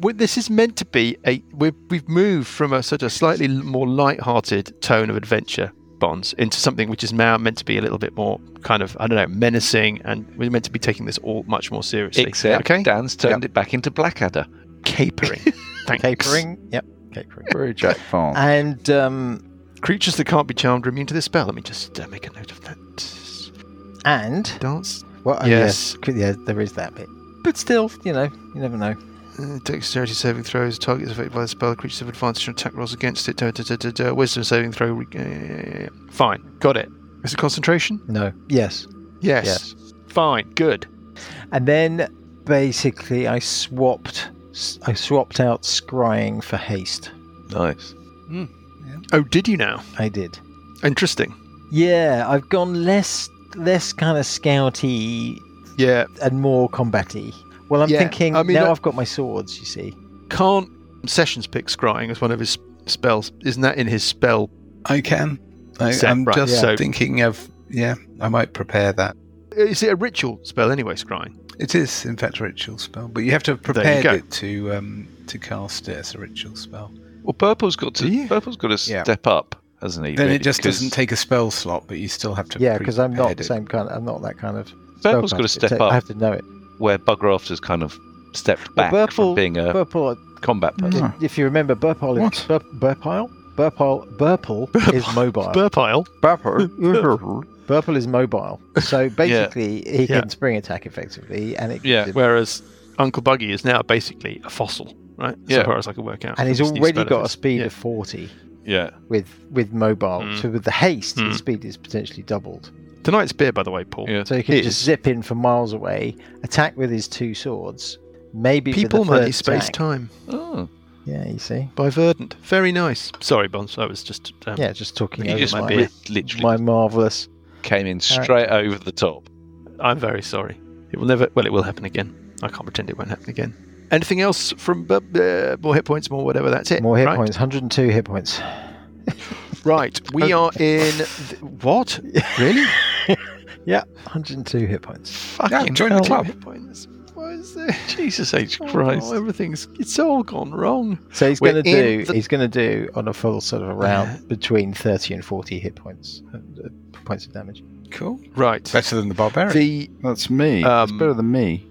Speaker 5: We- this is meant to be a. We've, we've moved from a sort of slightly l- more light-hearted tone of adventure bonds into something which is now meant to be a little bit more kind of I don't know menacing, and we're meant to be taking this all much more seriously.
Speaker 6: Except
Speaker 5: okay,
Speaker 6: Dan's turned it back into Blackadder.
Speaker 5: capering. Thanks.
Speaker 3: Capering. Yep. Capering.
Speaker 4: Very Jack Farm.
Speaker 3: And um,
Speaker 5: Creatures that can't be charmed are immune to this spell. Let me just uh, make a note of that.
Speaker 3: and
Speaker 5: Dance.
Speaker 3: Well, oh,
Speaker 5: Yes.
Speaker 3: yes. c- yeah, there is that bit. But still, you know, you never know.
Speaker 5: Uh, dexterity saving throws. Targets affected by the spell. Creatures have advantage on attack rolls against it. Da, da, da, da, da. Wisdom saving throw. re- yeah, yeah, yeah, yeah. Fine. Got it. Is it concentration?
Speaker 3: No. Yes.
Speaker 5: Yes. Fine. Good.
Speaker 3: And then basically, I swapped, s- I swapped out scrying for haste.
Speaker 6: Nice.
Speaker 5: Oh, did you now?
Speaker 3: I did.
Speaker 5: Interesting.
Speaker 3: Yeah, I've gone less, less kind of scouty
Speaker 5: Yeah.
Speaker 3: and more combaty. Well, I'm
Speaker 5: Yeah,
Speaker 3: thinking
Speaker 5: I mean, uh,
Speaker 3: now
Speaker 5: that-
Speaker 3: I've got my swords. You see.
Speaker 5: Can't Sessions pick scrying as one of his spells? Isn't that in his spell?
Speaker 2: I can. I,
Speaker 5: Set,
Speaker 2: I'm
Speaker 5: right,
Speaker 2: just
Speaker 5: so-
Speaker 2: thinking of. Yeah, I might prepare that.
Speaker 5: Is it a ritual spell anyway? Scrying.
Speaker 2: It is, in fact, a ritual spell, but you have to have
Speaker 5: There you
Speaker 2: prepared
Speaker 5: go.
Speaker 2: it to um, to cast it as a ritual spell.
Speaker 6: Well, Purple's got to
Speaker 2: Do you?
Speaker 6: Purple's got to
Speaker 2: Yeah.
Speaker 6: step up, E hasn't he?
Speaker 2: Then
Speaker 6: really?
Speaker 2: it just
Speaker 6: 'Cause
Speaker 2: doesn't take a spell slot, but you still have to.
Speaker 3: Yeah, because I'm not
Speaker 2: pre-prepared
Speaker 3: the
Speaker 2: it.
Speaker 3: same kind. I'm not that kind of. spellcaster.
Speaker 6: Burple's got to
Speaker 3: It
Speaker 6: step
Speaker 3: ta-
Speaker 6: up
Speaker 3: I have to know it.
Speaker 6: where Bugger has kind of stepped
Speaker 3: Well,
Speaker 6: back
Speaker 3: Burple-
Speaker 6: from being a
Speaker 3: Purple. uh,
Speaker 6: combat
Speaker 5: Hmm.
Speaker 6: person.
Speaker 4: No.
Speaker 3: If you remember, Burpile.
Speaker 4: What?
Speaker 3: Bur- Burpile. Burpile. Burpile is mobile.
Speaker 5: Burpile.
Speaker 4: Bapper.
Speaker 3: Burple is mobile, so basically he
Speaker 5: Yeah.
Speaker 3: can spring attack effectively, and it gives
Speaker 6: Yeah.
Speaker 3: him-
Speaker 5: Whereas Uncle Buggy is now basically a fossil, right?
Speaker 6: Yeah.
Speaker 5: So far as I can work out.
Speaker 3: and he's
Speaker 5: from his new
Speaker 3: already
Speaker 5: spell
Speaker 3: got a
Speaker 5: effects.
Speaker 3: speed
Speaker 5: Yeah.
Speaker 3: of forty
Speaker 6: Yeah.
Speaker 3: with with mobile.
Speaker 5: Mm.
Speaker 3: So with the haste,
Speaker 5: Mm.
Speaker 3: his speed is potentially doubled.
Speaker 5: Tonight's beer, by the way, Paul.
Speaker 6: Yeah.
Speaker 3: So he can
Speaker 5: Is-
Speaker 3: just zip in from miles away, attack with his two swords, maybe with
Speaker 5: People,
Speaker 3: the third
Speaker 5: money, space,
Speaker 3: attack.
Speaker 5: time
Speaker 6: Oh.
Speaker 3: Yeah, you see.
Speaker 5: by Verdant. Very nice. Sorry, Bonds. I was just. Um,
Speaker 3: Yeah, just talking
Speaker 6: You
Speaker 3: over
Speaker 6: just
Speaker 3: my,
Speaker 6: lit- literally
Speaker 3: my marvelous.
Speaker 6: came in straight over the top.
Speaker 5: I'm very sorry. It will never. Well, it will happen again. I can't pretend it won't happen again. Anything else from uh, uh, more hit points, more whatever? That's it.
Speaker 3: More hit
Speaker 5: right?
Speaker 3: points. 102 hit points.
Speaker 5: Right. We are in. Th- what? Really?
Speaker 3: Yeah, 102 hit points.
Speaker 5: Fucking
Speaker 6: join the
Speaker 5: hell,
Speaker 6: club.
Speaker 5: hit points. What is this?
Speaker 6: Jesus H
Speaker 5: Oh,
Speaker 6: Christ.
Speaker 5: everything's. It's all gone wrong.
Speaker 3: So he's
Speaker 5: We're
Speaker 3: going to
Speaker 5: in
Speaker 3: do.
Speaker 5: the-
Speaker 3: He's going to do on a full sort of round between 30 and 40 hit points, uh, uh, points of damage.
Speaker 2: Cool.
Speaker 5: Right.
Speaker 2: Better than the barbarian.
Speaker 5: The.
Speaker 4: That's me. that's
Speaker 5: Um,
Speaker 4: better than me.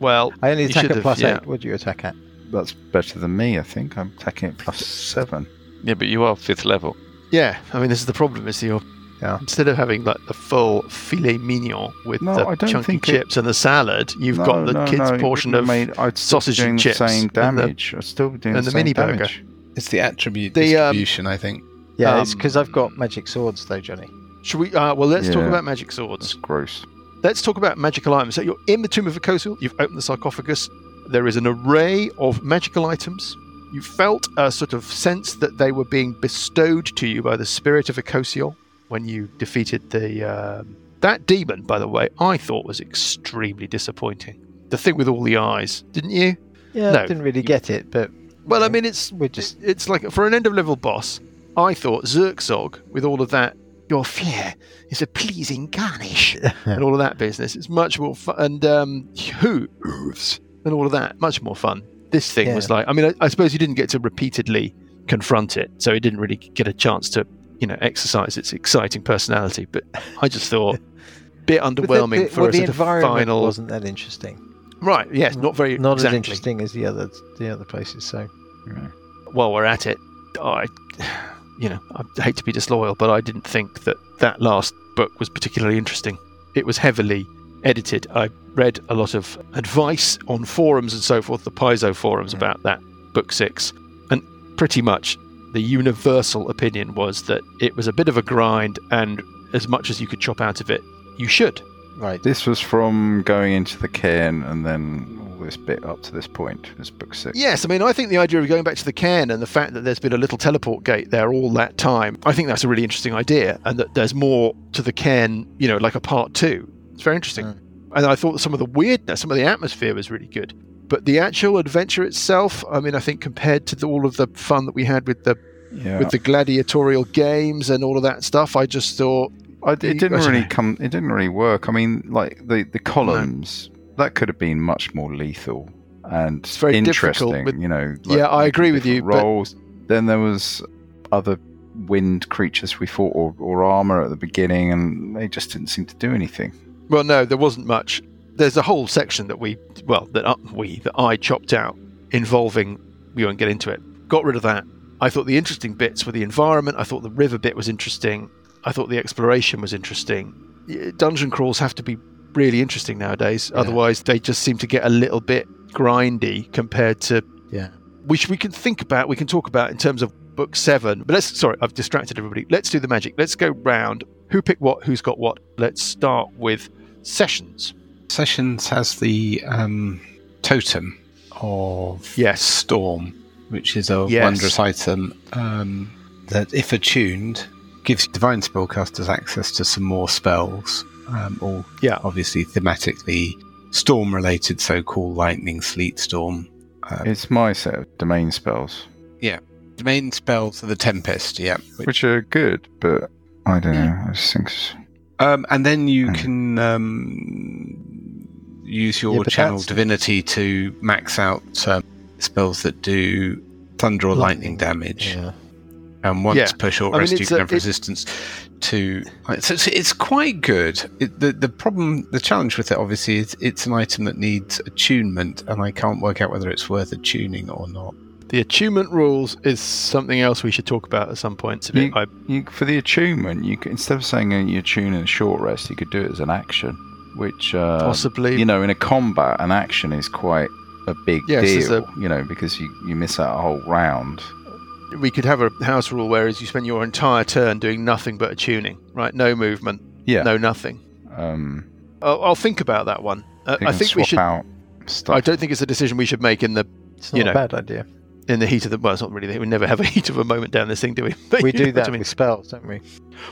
Speaker 5: Well,
Speaker 3: I only
Speaker 5: You
Speaker 3: attack
Speaker 5: should
Speaker 3: at
Speaker 5: have,
Speaker 3: plus
Speaker 5: yeah.
Speaker 3: eight. What do you attack at?
Speaker 4: That's better than me. I think I'm attacking at plus seven.
Speaker 6: Yeah, but you are fifth level.
Speaker 5: yeah. I mean, this is the problem. Is you're.
Speaker 3: Yeah.
Speaker 5: Instead of having like the full filet mignon with
Speaker 4: No, I
Speaker 5: the
Speaker 4: don't
Speaker 5: chunky
Speaker 4: think it-
Speaker 5: chips and the salad, you've
Speaker 4: No,
Speaker 5: got the
Speaker 4: no,
Speaker 5: kids'
Speaker 4: no, it
Speaker 5: portion
Speaker 4: wouldn't
Speaker 5: of
Speaker 4: have made- I'd still be
Speaker 5: sausage
Speaker 4: doing
Speaker 5: and chips
Speaker 4: The same
Speaker 5: and the-
Speaker 4: damage. I'm still be doing
Speaker 5: and
Speaker 4: the,
Speaker 5: the
Speaker 4: same
Speaker 5: mini burger.
Speaker 4: damage.
Speaker 2: It's the attribute
Speaker 5: The, um,
Speaker 2: distribution, I think.
Speaker 3: Yeah,
Speaker 5: Um,
Speaker 3: it's because I've got magic swords though, Johnny.
Speaker 5: Should we? Uh, well, let's talk
Speaker 4: Yeah.
Speaker 5: about magic
Speaker 4: That's
Speaker 5: swords.
Speaker 4: gross.
Speaker 5: Let's talk about magical items. So you're in the tomb of Akosil. You've opened the sarcophagus. There is an array of magical items. You felt a sort of sense that they were being bestowed to you by the spirit of Akosil when you defeated the um that demon. By the way, I thought was extremely disappointing. The thing with all the eyes, didn't you?
Speaker 3: Yeah,
Speaker 5: no,
Speaker 3: I didn't really
Speaker 5: you-
Speaker 3: get it, but
Speaker 5: Well, I
Speaker 3: Okay.
Speaker 5: mean, it's
Speaker 3: We're just-
Speaker 5: it's like for an end of level boss. I thought Zerkzog with all of that. Your fear is a pleasing garnish, and all of that business. It's much more fun, and um, hooves and all of that. Much more fun. This thing was like. I mean, I, I suppose you didn't get to repeatedly confront it, so it didn't really get a chance to, you know, exercise its exciting personality. But I just thought bit
Speaker 3: but the-
Speaker 5: underwhelming
Speaker 3: the-
Speaker 5: for
Speaker 3: well,
Speaker 5: a
Speaker 3: the
Speaker 5: sort of
Speaker 3: environment
Speaker 5: final.
Speaker 3: wasn't that interesting.
Speaker 5: Right? Yes, not very
Speaker 3: Not as
Speaker 5: exactly.
Speaker 3: interesting as the other the other places. So
Speaker 5: while we're at it, I, you know, I hate to be disloyal, but I didn't think that that last book was particularly interesting. It was heavily edited. I read a lot of advice on forums and so forth, the Paizo forums about that book six, and pretty much the universal opinion was that it was a bit of a grind, and as much as you could chop out of it, you should.
Speaker 3: right,
Speaker 4: This was from going into the cairn and then all this bit up to this point. This book six.
Speaker 5: Yes, I mean, I think the idea of going back to the cairn and the fact that there's been a little teleport gate there all that time, I think that's a really interesting idea, and that there's more to the cairn, you know, like a part two. It's very interesting.
Speaker 3: Mm.
Speaker 5: And I thought some of the weirdness, some of the atmosphere was really good. But the actual adventure itself, I mean, I think compared to the, all of the fun that we had with the
Speaker 4: Yeah.
Speaker 5: with the gladiatorial games and all of that stuff, I just thought,
Speaker 4: I, it
Speaker 5: you-
Speaker 4: didn't
Speaker 5: I don't
Speaker 4: really
Speaker 5: know.
Speaker 4: come. It didn't really work. I mean, like the the columns that could have been much more lethal and
Speaker 5: very
Speaker 4: interesting.
Speaker 5: difficult, but-
Speaker 4: you know.
Speaker 5: Yeah, I agree with you,
Speaker 4: different
Speaker 5: but-
Speaker 4: Roles. Then there was other wind creatures we fought or, or armor at the beginning, and they just didn't seem to do anything.
Speaker 5: well, no, there wasn't much. There's a whole section that we, well, that uh, we, that I chopped out involving, we won't get into it, got rid of that. I thought the interesting bits were the environment. I thought the river bit was interesting. I thought the exploration was interesting. Y- Dungeon crawls have to be really interesting nowadays. Otherwise, they just seem to get a little bit grindy compared to
Speaker 3: Yeah.
Speaker 5: which we can think about. We can talk about in terms of book seven. But let's sorry, I've distracted everybody. Let's do the magic. Let's go round. Who picked what? Who's got what? Let's start with sessions.
Speaker 2: Sessions has the um, totem of
Speaker 5: Yes.
Speaker 2: storm, which is a
Speaker 5: Yes.
Speaker 2: wondrous item um, that, if attuned, gives divine spellcasters access to some more spells. Um, all
Speaker 5: Yeah.
Speaker 2: obviously thematically storm-related, so called lightning, sleet, storm. Um,
Speaker 4: It's my set of domain spells,
Speaker 2: the main spells of the tempest. Yeah,
Speaker 4: which are good, but I
Speaker 5: Hmm.
Speaker 4: don't know. I just think s-
Speaker 2: Um, and then you
Speaker 4: Hmm.
Speaker 2: can um, use your
Speaker 3: Yeah, but
Speaker 2: channel
Speaker 3: that's-
Speaker 2: divinity to max out um, spells that do thunder or
Speaker 3: Lightning,
Speaker 2: lightning, damage.
Speaker 3: yeah.
Speaker 2: And once
Speaker 5: Yeah.
Speaker 2: per short
Speaker 5: I mean,
Speaker 2: rest, you
Speaker 5: it's
Speaker 2: can
Speaker 5: a-
Speaker 2: have
Speaker 5: it-
Speaker 2: resistance to. So it's, it's quite good. It, the the problem, the challenge with it, obviously, is it's an item that needs attunement, and I can't work out whether it's worth attuning or not.
Speaker 5: The attunement rules is something else we should talk about at some point. It's a bit-
Speaker 4: You- um, you, for the attunement, you could, instead of saying uh, you attune in a short rest, you could do it as an action, which
Speaker 5: I,
Speaker 4: uh,
Speaker 5: possibly.
Speaker 4: you know, in a combat, an action is quite a big
Speaker 5: Yes, it's
Speaker 4: deal. You know, because you, you miss out a whole round.
Speaker 5: we could have a house rule whereas you spend your entire turn doing nothing but attuning, right? No movement,
Speaker 4: Yeah.
Speaker 5: no nothing.
Speaker 4: Um,
Speaker 5: I'll, I'll think about that one. Uh,
Speaker 4: you
Speaker 5: I
Speaker 4: can
Speaker 5: think
Speaker 4: swap
Speaker 5: we should.
Speaker 4: out
Speaker 5: I
Speaker 4: stuff.
Speaker 5: don't think it's a decision we should make in the
Speaker 3: it's not
Speaker 5: You
Speaker 3: a
Speaker 5: know.
Speaker 3: bad idea.
Speaker 5: in the heat of the. Well, it's not really. We never have a heat of a moment down this thing, do we? But
Speaker 3: We
Speaker 5: you
Speaker 3: do
Speaker 5: know what I
Speaker 3: that
Speaker 5: mean.
Speaker 3: with spells, don't we?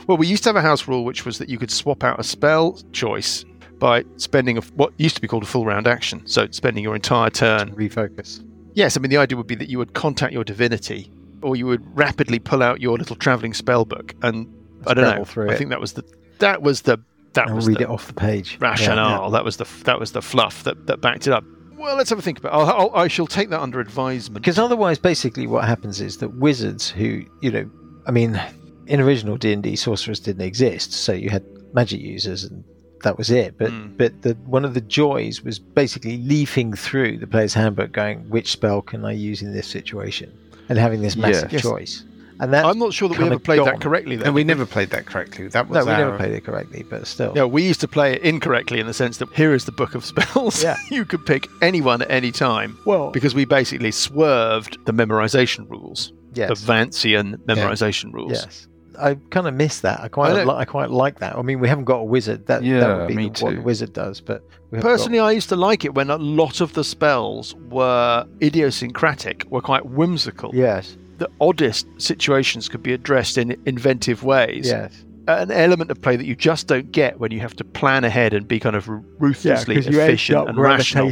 Speaker 5: Well, we used to have a house rule which was that you could swap out a spell choice by spending a, what used to be called a full round action. So spending your entire turn
Speaker 3: refocus.
Speaker 5: Yes, I mean the idea would be that you would contact your divinity, or you would rapidly pull out your little traveling spell book, and I don't
Speaker 3: Scrabble
Speaker 5: know.
Speaker 3: through
Speaker 5: I
Speaker 3: it.
Speaker 5: think that was the that was the that
Speaker 3: And
Speaker 5: was
Speaker 3: read
Speaker 5: the
Speaker 3: it off the page.
Speaker 5: rationale. That was the that was the fluff that, that backed it up. Well, let's have a think about. I'll, I'll, I shall take that under advisement.
Speaker 3: Because otherwise, basically, what happens is that wizards who, you know, I mean, in original D and D, sorcerers didn't exist, so you had magic users, and that was it. But
Speaker 5: Mm.
Speaker 3: but the one of the joys was basically leafing through the player's handbook, going, which spell can I use in this situation, and having this massive
Speaker 5: Yes.
Speaker 3: choice. And that
Speaker 5: I'm not sure that we
Speaker 3: kinda
Speaker 5: ever played
Speaker 3: gone.
Speaker 5: that correctly. Though.
Speaker 2: And we never played that correctly. That
Speaker 3: no,
Speaker 2: was
Speaker 3: we
Speaker 2: our,
Speaker 3: never played it correctly, but still,
Speaker 5: Yeah, we used to play it incorrectly in the sense that here is the book of spells.
Speaker 3: Yeah.
Speaker 5: you could pick anyone at any time
Speaker 3: well,
Speaker 5: because we basically swerved the memorization rules,
Speaker 3: yes,
Speaker 5: the Vancian memorization rules.
Speaker 3: Yes. I kind of miss that. I quite
Speaker 5: I
Speaker 3: I,
Speaker 5: know.
Speaker 3: li- I quite like that. I mean, we haven't got a wizard. That, that
Speaker 4: Yeah,
Speaker 3: would be
Speaker 4: me
Speaker 3: the, what the
Speaker 4: too.
Speaker 3: wizard does. But we haven't got-
Speaker 5: Personally, I used to like it when a lot of the spells were idiosyncratic, were quite whimsical.
Speaker 3: yes,
Speaker 5: The oddest situations could be addressed in inventive ways. Uh,
Speaker 3: yes,
Speaker 5: An element of play that you just don't get when you have to plan ahead and be kind of ruthlessly efficient and rational.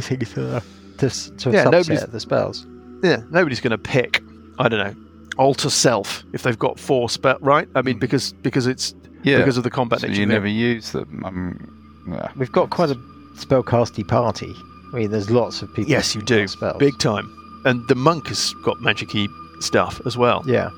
Speaker 3: to the to, s- to a
Speaker 5: Yeah, nobody's-
Speaker 3: subset of the spells.
Speaker 5: yeah, nobody's going to pick. I don't know, alter self if they've got four spell right. I mean, because because it's
Speaker 4: Yeah.
Speaker 5: because of the combat
Speaker 4: so
Speaker 5: nature.
Speaker 4: you
Speaker 5: of it.
Speaker 4: never use them. Um, yeah.
Speaker 3: We've got quite a spellcasty party. I mean, there's lots of people.
Speaker 5: yes, you
Speaker 3: who've got
Speaker 5: do
Speaker 3: Spells.
Speaker 5: big time. And the monk has got magic key stuff as well
Speaker 3: Yeah,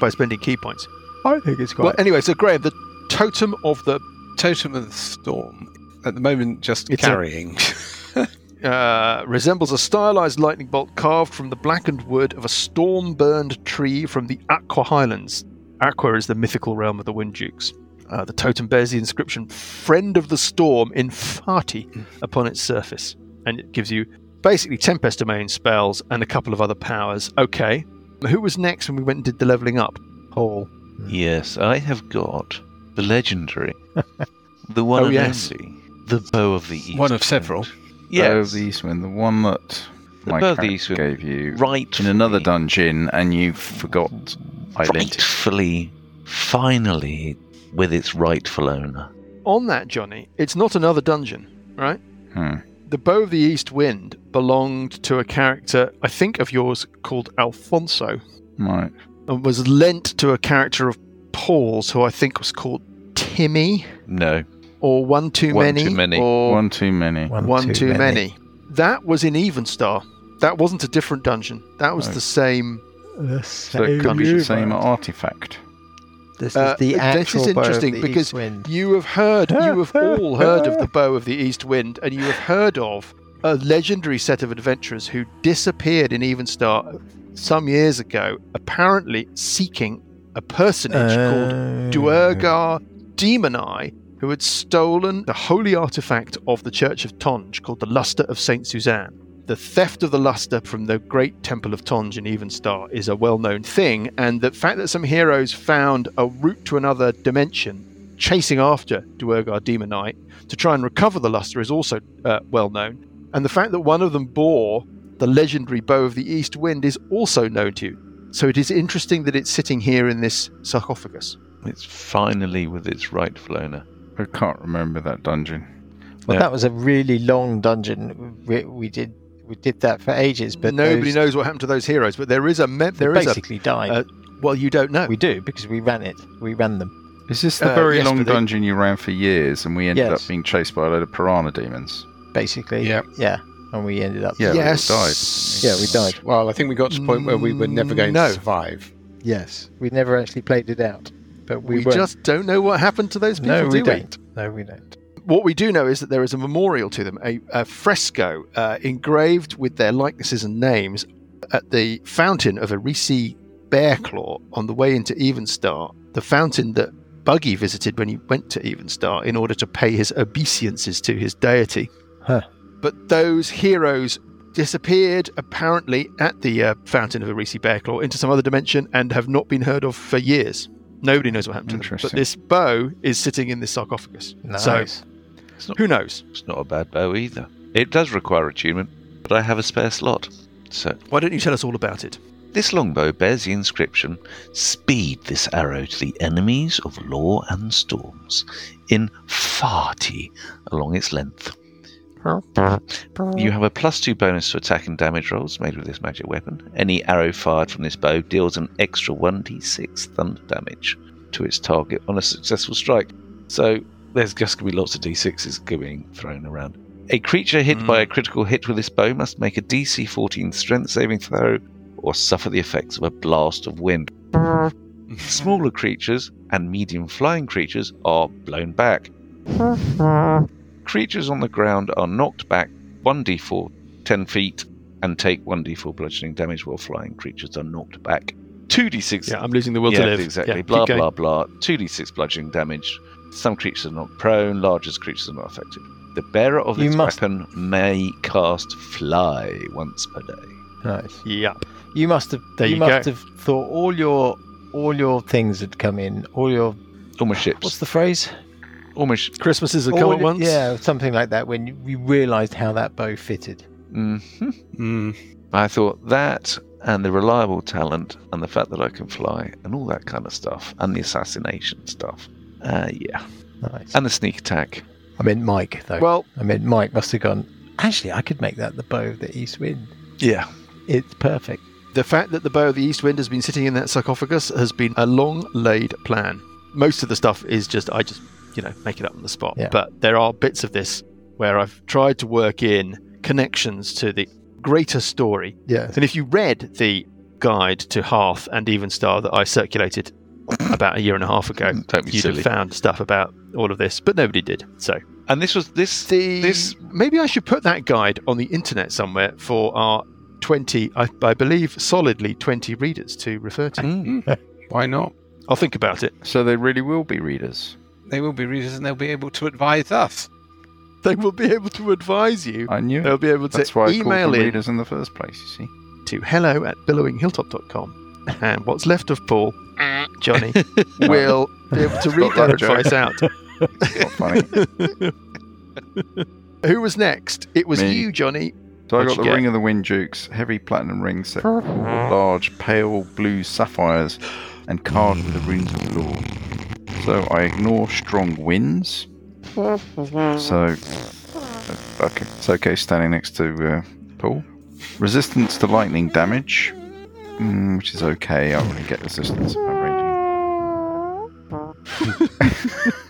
Speaker 5: by spending key points.
Speaker 3: I think it's
Speaker 5: Well, anyway, so Graham, the totem of the
Speaker 2: Totem of the Storm. At the moment, just
Speaker 5: It's a-
Speaker 2: carrying.
Speaker 5: uh, resembles a stylized lightning bolt carved from the blackened wood of a storm burned tree from the Aqua Highlands. Aqua is the mythical realm of the Wind Dukes. Uh, the totem bears the inscription Friend of the Storm in Fati upon its surface, and it gives you basically Tempest Domain spells and a couple of other powers. Okay. Who was next when we went and did the leveling up? Hall.
Speaker 6: Yes, I have got the legendary, the one
Speaker 5: Oh,
Speaker 6: and
Speaker 5: yes.
Speaker 6: only, the bow of the east.
Speaker 2: One of several.
Speaker 6: Yes,
Speaker 4: Bow of the Eastwind, the one that
Speaker 6: The
Speaker 4: my
Speaker 6: Bow of the
Speaker 4: character
Speaker 6: Eastwind.
Speaker 4: gave you
Speaker 6: right
Speaker 4: in another dungeon, and you forgot identity.
Speaker 6: rightfully, finally, with its rightful owner.
Speaker 5: On that, Johnny, it's not another dungeon, right?
Speaker 4: Hmm.
Speaker 5: The Bow of the East Wind belonged to a character, I think of yours, called Alfonso,
Speaker 4: Right.
Speaker 5: and was lent to a character of Paul's, who I think was called Timmy,
Speaker 6: No,
Speaker 5: or One Too
Speaker 6: One
Speaker 5: Many,
Speaker 6: Too Many.
Speaker 5: or One,
Speaker 4: One too many.
Speaker 5: Too, many. That was in Evenstar. That wasn't a different dungeon. That was
Speaker 4: Oh.
Speaker 5: the same.
Speaker 3: uh,
Speaker 4: So it could be the same artifact.
Speaker 3: This
Speaker 5: Uh,
Speaker 3: is the
Speaker 5: this
Speaker 3: actual
Speaker 5: is
Speaker 3: bow of
Speaker 5: interesting
Speaker 3: the
Speaker 5: because
Speaker 3: east wind.
Speaker 5: You have heard, you have all heard of the Bow of the East Wind, and you have heard of a legendary set of adventurers who disappeared in Evenstar some years ago, apparently seeking a personage called
Speaker 3: Oh.
Speaker 5: Duergar Demoni, who had stolen the holy artifact of the Church of Tonge called the Luster of Saint Suzanne. The theft of the luster from the great temple of Tonge in Evenstar is a well known thing, and the fact that some heroes found a route to another dimension, chasing after Duergar Demonite to try and recover the luster, is also uh, well known. And the fact that one of them bore the legendary bow of the east wind is also known to you. So it is interesting that it's sitting here in this sarcophagus.
Speaker 6: it's finally with its rightful owner.
Speaker 4: I can't remember that dungeon.
Speaker 3: Well,
Speaker 6: Yeah.
Speaker 3: that was a really long dungeon. We, we did we did that for ages, but
Speaker 5: nobody
Speaker 3: those,
Speaker 5: knows what happened to those heroes. But there is a me- there is a
Speaker 3: basically died.
Speaker 5: uh, well, you don't know.
Speaker 3: we do because we ran it. We ran them.
Speaker 4: Is this the
Speaker 5: Uh,
Speaker 4: very
Speaker 5: yes,
Speaker 4: long
Speaker 5: but they-
Speaker 4: dungeon you ran for years, and we ended
Speaker 3: Yes.
Speaker 4: up being chased by a load of piranha demons?
Speaker 3: Basically,
Speaker 2: Yeah.
Speaker 3: yeah, and we ended up.
Speaker 4: Yeah, we all
Speaker 5: yes.
Speaker 3: Yeah, we died.
Speaker 2: Well, I think we got to a point where we were never going
Speaker 5: No.
Speaker 4: Mm.
Speaker 2: to survive.
Speaker 3: Yes, we never actually played it out, but we,
Speaker 5: We,
Speaker 3: weren't.
Speaker 5: just don't know what happened to those people.
Speaker 3: no, we
Speaker 5: do
Speaker 3: don't. No, we don't.
Speaker 5: What we do know is that there is a memorial to them, a, a fresco uh, engraved with their likenesses and names at the fountain of Erisi Bearclaw on the way into Evenstar, the fountain that Buggy visited when he went to Evenstar in order to pay his obeisances to his deity.
Speaker 3: Huh.
Speaker 5: But those heroes disappeared apparently at the uh, fountain of Erisi Bearclaw into some other dimension and have not been heard of for years. Nobody knows what happened to them. But
Speaker 4: Interesting.
Speaker 5: this bow is sitting in this sarcophagus. So
Speaker 3: Nice.
Speaker 5: who knows?
Speaker 6: It's not a bad bow either. It does require attunement, but I have a spare slot. So
Speaker 5: Why don't you tell us all about it?
Speaker 6: This longbow bears the inscription Speed this arrow to the enemies of law and storms in farty along its length. You have a plus two bonus to attack and damage rolls made with this magic weapon. Any arrow fired from this bow deals an extra 1d6 thunder damage to its target on a successful strike. So there's just going to be lots of d6s going thrown around. A creature hit by a critical hit with this bow must make a DC 14 strength saving throw or suffer the effects of a blast of wind. Smaller creatures and medium flying creatures are blown back. creatures on the ground are knocked back 1d4 10 feet and take 1d4 bludgeoning damage while flying creatures are knocked back 2d6
Speaker 5: Yeah, I'm losing the will
Speaker 6: yeah,
Speaker 5: to live.
Speaker 6: Exactly.
Speaker 5: Yeah, keep
Speaker 6: blah
Speaker 5: going.
Speaker 6: blah blah. Two d six bludgeoning damage. Some creatures are not prone. Largest creatures are not affected. The bearer of
Speaker 3: You
Speaker 6: this
Speaker 3: must-
Speaker 6: weapon may cast fly once per day.
Speaker 3: Nice.
Speaker 5: Yeah.
Speaker 3: You must have.
Speaker 5: There
Speaker 3: you
Speaker 5: you
Speaker 3: must
Speaker 5: go.
Speaker 3: have thought all your all your things had come in. All your
Speaker 6: Almost
Speaker 3: what's
Speaker 6: ships.
Speaker 3: the phrase?
Speaker 6: Almost. sh-
Speaker 5: Christmas is a
Speaker 3: All
Speaker 5: come at
Speaker 3: your-
Speaker 5: once.
Speaker 3: Yeah, something like that. When you, you realised how that bow fitted.
Speaker 6: Mhm.
Speaker 2: Mm.
Speaker 6: I thought that and the reliable talent and the fact that I can fly and all that kind of stuff and the assassination stuff. Uh, yeah,
Speaker 3: Nice.
Speaker 6: and the sneak attack.
Speaker 3: I meant Mike though.
Speaker 5: Well,
Speaker 3: I mean, Mike must have gone. Actually, I could make that the bow of the east wind.
Speaker 6: Yeah.
Speaker 3: It's perfect.
Speaker 5: the fact that the bow of the East Wind has been sitting in that sarcophagus has been a long laid plan. Most of the stuff is just, I just, you know, make it up on the spot.
Speaker 3: Yeah.
Speaker 5: But there are bits of this where I've tried to work in connections to the greater story.
Speaker 3: Yeah.
Speaker 5: And if you read the guide to Hearth and Evenstar that I circulated about a year and a half ago,
Speaker 6: Don't be
Speaker 5: you'd
Speaker 6: silly.
Speaker 5: have found stuff about all of this, but nobody did. So
Speaker 6: And this was this.
Speaker 5: the
Speaker 6: This-
Speaker 5: maybe I should put that guide on the internet somewhere for our 20 I, I believe solidly 20 readers to refer to.
Speaker 6: Hmm.
Speaker 2: Why not?
Speaker 5: I'll think about it.
Speaker 4: So they really will be readers.
Speaker 2: They will be readers and they'll be able to advise us.
Speaker 5: They will be able to advise you.
Speaker 4: I knew.
Speaker 5: They'll
Speaker 4: It.
Speaker 5: be able to
Speaker 4: That's why I called
Speaker 5: email
Speaker 4: them
Speaker 5: in
Speaker 4: readers in the first place. You see.
Speaker 5: to hello at billowinghilltop.com and what's left of Paul, Johnny, will be able to read that
Speaker 4: Got that
Speaker 5: advice out.
Speaker 4: It's not funny.
Speaker 5: Who was next? It was
Speaker 4: Me.
Speaker 5: you, Johnny.
Speaker 4: So I
Speaker 5: What'd
Speaker 4: got
Speaker 5: you
Speaker 4: the
Speaker 5: get?
Speaker 4: Ring of the Wind Dukes, heavy platinum ring set with large pale blue sapphires and carved with the runes of law. So I ignore strong winds. So okay, it's okay standing next to uh, Paul. Resistance to lightning damage, mm, which is okay. I only get resistance. at my range.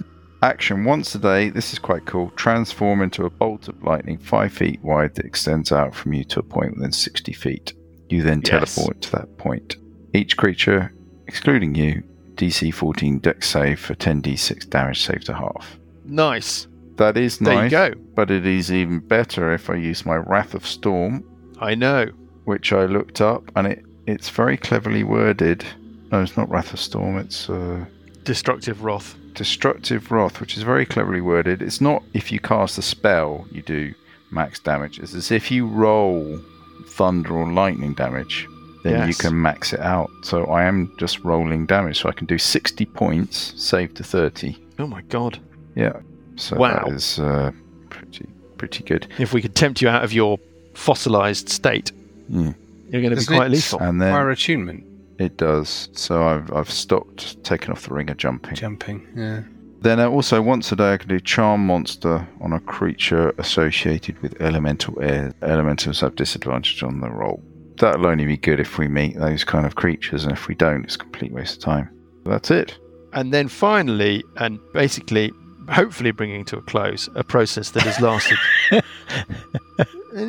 Speaker 4: Action once a day. This is quite cool. Transform into a bolt of lightning five feet wide that extends out from you to a point within 60 feet. You then
Speaker 5: Yes.
Speaker 4: teleport to that point. Each creature, excluding you, DC 14 dex save for 10d6 damage saved to half.
Speaker 5: Nice.
Speaker 4: That is
Speaker 5: There
Speaker 4: nice,
Speaker 5: you go.
Speaker 4: but it is even better if I use my Wrath of Storm,
Speaker 5: I know.
Speaker 4: which I looked up, and it, it's very cleverly worded. No, it's not Wrath of Storm, it's uh,
Speaker 5: Destructive wrath.
Speaker 4: Destructive Wrath, which is very cleverly worded. It's not if you cast a spell, you do max damage. It's as if you roll thunder or lightning damage, then you
Speaker 5: Yes.
Speaker 4: can max it out. So I am just rolling damage, so I can do 60 points, save to 30.
Speaker 5: Oh my god.
Speaker 4: Yeah. So
Speaker 5: Wow.
Speaker 4: that is uh, pretty pretty good.
Speaker 5: If we could tempt you out of your fossilized state,
Speaker 4: Mm.
Speaker 5: you're going to be
Speaker 2: Doesn't
Speaker 5: quite
Speaker 2: it-
Speaker 5: lethal.
Speaker 4: And then
Speaker 2: Fire attunement.
Speaker 4: it does. So I've I've stopped taking off the ring of jumping.
Speaker 2: Jumping. Yeah.
Speaker 4: Then uh, also once a day I can do charm monster on a creature associated with elemental air. Elementals have disadvantage on the roll. That'll only be good if we meet those kind of creatures, and if we don't, it's a complete waste of time. That's it.
Speaker 5: And then finally, and basically, hopefully bringing to a close a process that has lasted an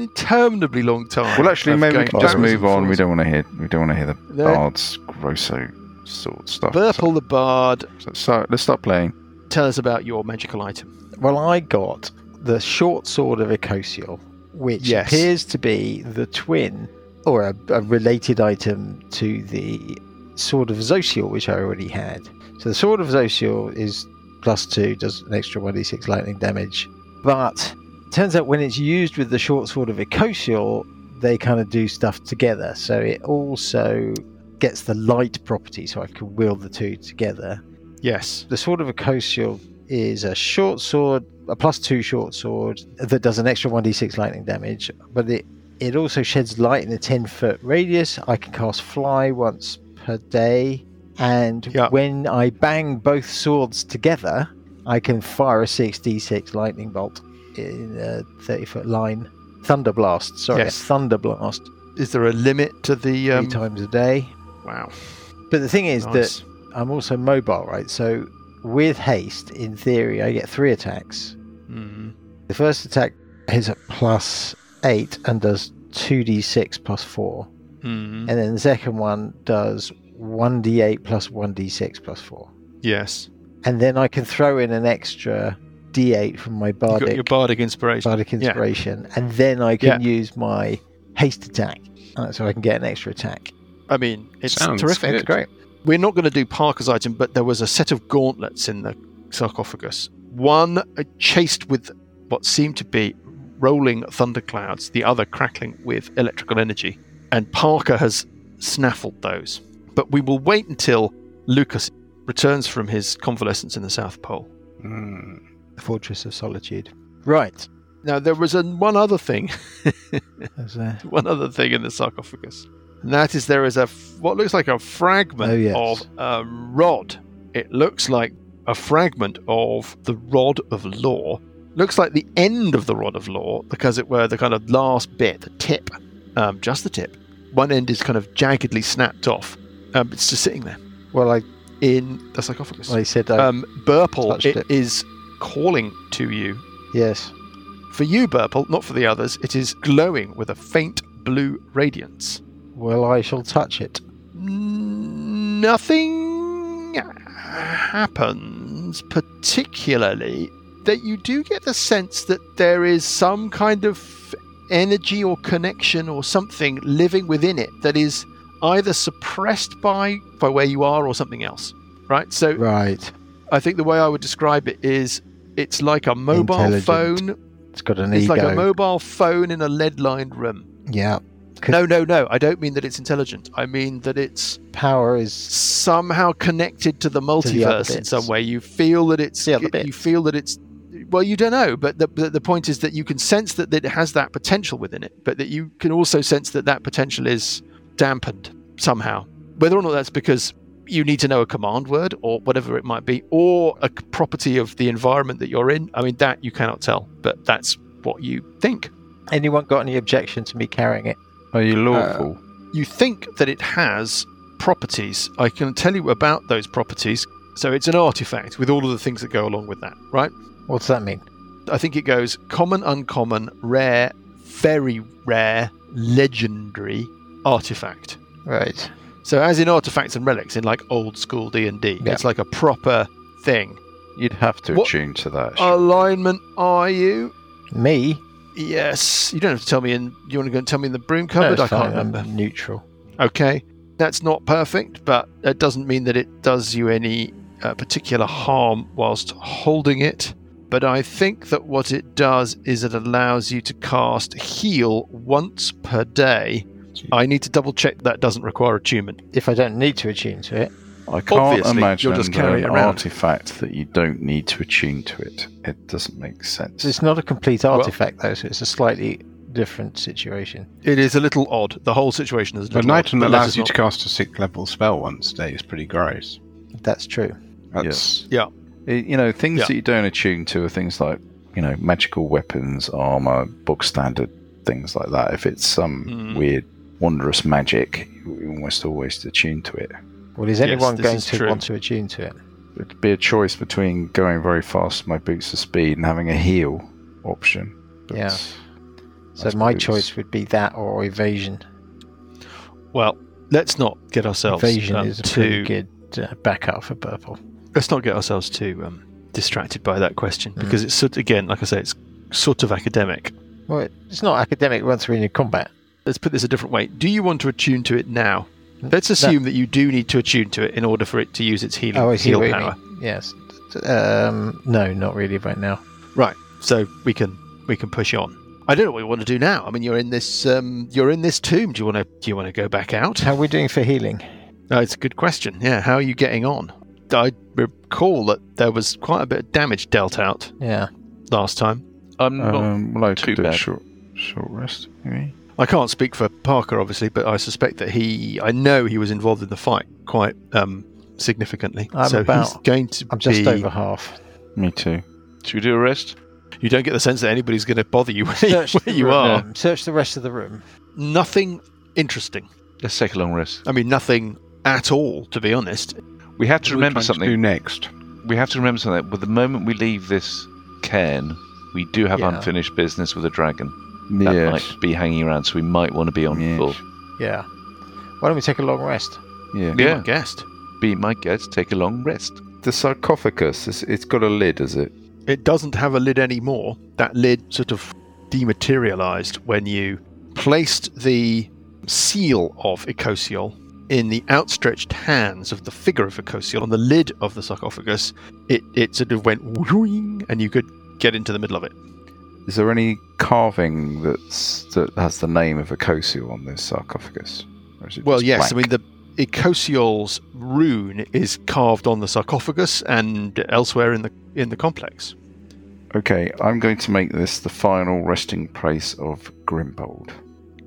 Speaker 5: interminably long time.
Speaker 4: Well, actually,
Speaker 5: of
Speaker 4: maybe we
Speaker 5: going
Speaker 4: can just
Speaker 5: backwards
Speaker 4: move
Speaker 5: and
Speaker 4: on. We
Speaker 5: forwards.
Speaker 4: don't want to hear. We don't want to hear the
Speaker 5: No.
Speaker 4: bards grosso sword stuff.
Speaker 5: Burple the Bard,
Speaker 4: So, so let's stop playing.
Speaker 5: tell us about your magical item.
Speaker 3: Well, I got the short sword of Ecosiel, which
Speaker 5: Yes.
Speaker 3: appears to be the twin or a, a related item to the sword of Zosial, which I already had. So the sword of Zosial is plus two, does an extra 1d6 lightning damage. But it turns out when it's used with the short sword of Ecosiel, they kind of do stuff together. So it also gets the light property, so I can wield the two together
Speaker 5: Yes.
Speaker 3: the sword of a coast shield is a short sword, a plus two short sword that does an extra 1d6 lightning damage, but it It also sheds light in a 10 foot radius. I can cast fly once per day. And
Speaker 5: Yeah.
Speaker 3: when I bang both swords together, I can fire a 6d6 lightning bolt in a 30 foot line. Thunderblast, sorry,
Speaker 5: Yes.
Speaker 3: Thunderblast
Speaker 5: Is there a limit to the?
Speaker 3: three
Speaker 5: Um,
Speaker 3: times a day.
Speaker 5: wow.
Speaker 3: But the thing is that
Speaker 5: Nice.
Speaker 3: I'm also mobile, right? So with haste, in theory, I get three attacks.
Speaker 5: Mm.
Speaker 3: The first attack is at plus eight and does 2d6 plus four.
Speaker 5: Mm.
Speaker 3: And then the second one does 1d8 plus 1d6 plus four.
Speaker 5: Yes.
Speaker 3: And then I can throw in an extra d8 from my
Speaker 5: You got
Speaker 3: bardic,
Speaker 5: your bardic inspiration.
Speaker 3: bardic
Speaker 5: yeah.
Speaker 3: inspiration. And then I can use my haste attack. Uh, so I can get an extra attack.
Speaker 5: I mean, it's
Speaker 2: Sounds
Speaker 5: terrific.
Speaker 2: good.
Speaker 3: great.
Speaker 5: We're not going to do Parker's item, but there was a set of gauntlets in the sarcophagus. One uh, chased with what seemed to be rolling thunderclouds, the other crackling with electrical energy. And Parker has snaffled those. But we will wait until Lucas returns from his convalescence in the South Pole.
Speaker 2: Mm.
Speaker 3: The Fortress of Solitude. Right.
Speaker 5: Now, there was a, one other thing
Speaker 3: There's a-
Speaker 5: one other thing in the sarcophagus, and that is there is a f- what looks like a fragment
Speaker 3: Oh, yes.
Speaker 5: of a rod. It looks like a fragment of the rod of law. Looks like the end of the rod of law because it were the kind of last bit, the tip, um, just the tip. One end is kind of jaggedly snapped off. Um, it's just sitting there
Speaker 3: well, I,
Speaker 5: in the sarcophagus.
Speaker 3: I said, uh, I,
Speaker 5: um, Burple
Speaker 3: touched it.
Speaker 5: it is calling to you.
Speaker 3: yes.
Speaker 5: For you, Burple, not for the others. It is glowing with a faint blue radiance.
Speaker 3: Well, I shall touch it.
Speaker 5: nothing happens particularly that you do get the sense that there is some kind of energy or connection or something living within it that is either suppressed by by where you are or something else right so
Speaker 3: Right.
Speaker 5: i think the way i would describe it is it's like a mobile
Speaker 3: Intelligent.
Speaker 5: phone
Speaker 3: It's got an
Speaker 5: it's
Speaker 3: ego.
Speaker 5: like a mobile phone in a lead lined room
Speaker 3: yeah. Could-
Speaker 5: no no no i don't mean that it's intelligent i mean that it's
Speaker 3: Power is
Speaker 5: somehow connected to the multiverse in
Speaker 3: updates.
Speaker 5: some way. You feel that it's
Speaker 3: The other
Speaker 5: you
Speaker 3: bits.
Speaker 5: feel that it's well, you don't know, but the, the the point is that you can sense that it has that potential within it, but that you can also sense that that potential is dampened somehow. Whether or not that's because you need to know a command word or whatever it might be, or a c- property of the environment that you're in. I mean, that you cannot tell, but that's what you think.
Speaker 3: anyone got any objection to me carrying it?
Speaker 4: Are you
Speaker 5: Uh,
Speaker 4: lawful?
Speaker 5: you think that it has properties. I can tell you about those properties. So it's an artifact with all of the things that go along with that, right?
Speaker 3: What's that mean?
Speaker 5: I think it goes common, uncommon, rare, very rare, legendary artifact.
Speaker 3: Right.
Speaker 5: So as in artifacts and relics in like old school D&D,
Speaker 3: Yeah.
Speaker 5: it's like a proper thing.
Speaker 4: You'd have to
Speaker 5: What- uh,
Speaker 4: attune to that.
Speaker 5: Alignment are you?
Speaker 3: Me?
Speaker 5: Yes. You don't have to tell me in you want to go and tell me in the broom
Speaker 3: No,
Speaker 5: cupboard?
Speaker 3: it's
Speaker 5: I can't
Speaker 3: fine, I'm
Speaker 5: remember.
Speaker 3: neutral.
Speaker 5: Okay, that's not perfect, but that doesn't mean that it does you any uh, particular harm whilst holding it. But I think that what it does is it allows you to cast heal once per day. I need to double check that doesn't require attunement.
Speaker 3: If I don't need to attune to it,
Speaker 4: I can't
Speaker 5: obviously,
Speaker 4: imagine
Speaker 5: you'll just carry
Speaker 4: an
Speaker 5: it around.
Speaker 4: artifact that you don't need to attune to it. It doesn't make
Speaker 3: so
Speaker 4: sense.
Speaker 3: it's not a complete artifact though, so it's a slightly different situation.
Speaker 5: It is a little odd. The whole situation is a
Speaker 2: The
Speaker 5: little odd.
Speaker 2: item that
Speaker 5: but let
Speaker 2: allows
Speaker 5: us
Speaker 2: you
Speaker 5: not-
Speaker 2: to cast a sixth level spell once a day is pretty gross.
Speaker 3: That's true.
Speaker 2: That's
Speaker 4: It- you know, things
Speaker 5: Yeah.
Speaker 4: that you don't attune to are things like, you know, magical weapons, armor, book standard, things like that. If it's some
Speaker 5: Mm.
Speaker 4: weird, wondrous magic, you almost always attune to it.
Speaker 3: Well, is
Speaker 5: Yes,
Speaker 3: anyone
Speaker 5: this
Speaker 3: going
Speaker 5: is
Speaker 3: to
Speaker 5: true.
Speaker 3: want to attune to it?
Speaker 4: It'd be a choice between going very fast, with my boots of speed, and having a heal option. But
Speaker 3: Yeah. So
Speaker 4: I
Speaker 3: my
Speaker 4: suppose-
Speaker 3: choice would be that or evasion.
Speaker 5: Well, let's not get ourselves
Speaker 3: Evasion
Speaker 5: um,
Speaker 3: is a pretty
Speaker 5: too.
Speaker 3: good uh, backup for purple.
Speaker 5: Let's not get ourselves too um, distracted by that question
Speaker 3: Mm.
Speaker 5: because it's sort again, like I say, it's sort of academic.
Speaker 3: Well, it- it's not academic once we're in combat.
Speaker 5: let's put this a different way. Do you want to attune to it now? Let's assume that you do need to attune to it in order for it to use its healing
Speaker 3: Oh, I see
Speaker 5: heal
Speaker 3: what you
Speaker 5: power.
Speaker 3: mean. Yes. Um, no, not really right now.
Speaker 5: Right. So we can we can push on. I don't know what you want to do now. I mean, you're in this um, you're in this tomb. Do you want to do you want to go back out?
Speaker 3: How are we doing for healing?
Speaker 5: Uh, it's a good question. Yeah. How are you getting on? I recall that there was quite a bit of damage dealt out
Speaker 3: Yeah.
Speaker 5: last time.
Speaker 6: I'm not.
Speaker 2: Uh-huh.
Speaker 4: Um, well, I
Speaker 6: Mm, too
Speaker 4: could do a
Speaker 6: bad.
Speaker 4: short, short rest, maybe.
Speaker 5: I can't speak for Parker, obviously, but I suspect that he, I know he was involved in the fight quite um, significantly.
Speaker 3: I'm
Speaker 5: so he's
Speaker 3: about-
Speaker 5: going to
Speaker 3: I'm just
Speaker 5: be-
Speaker 3: over half.
Speaker 4: Me too.
Speaker 6: Should we do a rest?
Speaker 5: You don't get the sense that anybody's going to bother you where, you-
Speaker 3: the
Speaker 5: where you
Speaker 3: room.
Speaker 5: are.
Speaker 3: Search the rest of the room.
Speaker 5: Nothing interesting.
Speaker 6: Let's take a long rest.
Speaker 5: I mean, nothing at all, to be honest.
Speaker 6: We have to
Speaker 2: What are we
Speaker 6: remember
Speaker 2: trying do
Speaker 6: something.
Speaker 2: next.
Speaker 6: We have to remember something. But the moment we leave this cairn, we do have
Speaker 3: Yeah.
Speaker 6: unfinished business with a dragon that
Speaker 4: Yes.
Speaker 6: might be hanging around, so we might want to be on
Speaker 4: Yes.
Speaker 6: full.
Speaker 3: Yeah. Why don't we take a long rest?
Speaker 4: Yeah.
Speaker 5: Be my
Speaker 6: Yeah.
Speaker 5: guest.
Speaker 6: Be my guest. Take a long rest.
Speaker 4: The sarcophagus, it's, it's got a lid, is it?
Speaker 5: It doesn't have a lid anymore. That lid sort of dematerialized when you placed the seal of Icosiol in the outstretched hands of the figure of Icosiol on the lid of the sarcophagus. It, it sort of went whooing and you could get into the middle of it.
Speaker 4: Is there any carving that's that has the name of a Kosu on this sarcophagus? Or is it
Speaker 5: Well,
Speaker 4: just
Speaker 5: yes. I
Speaker 4: blank?
Speaker 5: mean, the Icosiol's rune is carved on the sarcophagus and elsewhere in the in the complex.
Speaker 4: Okay, I'm going to make this the final resting place of Grimbold.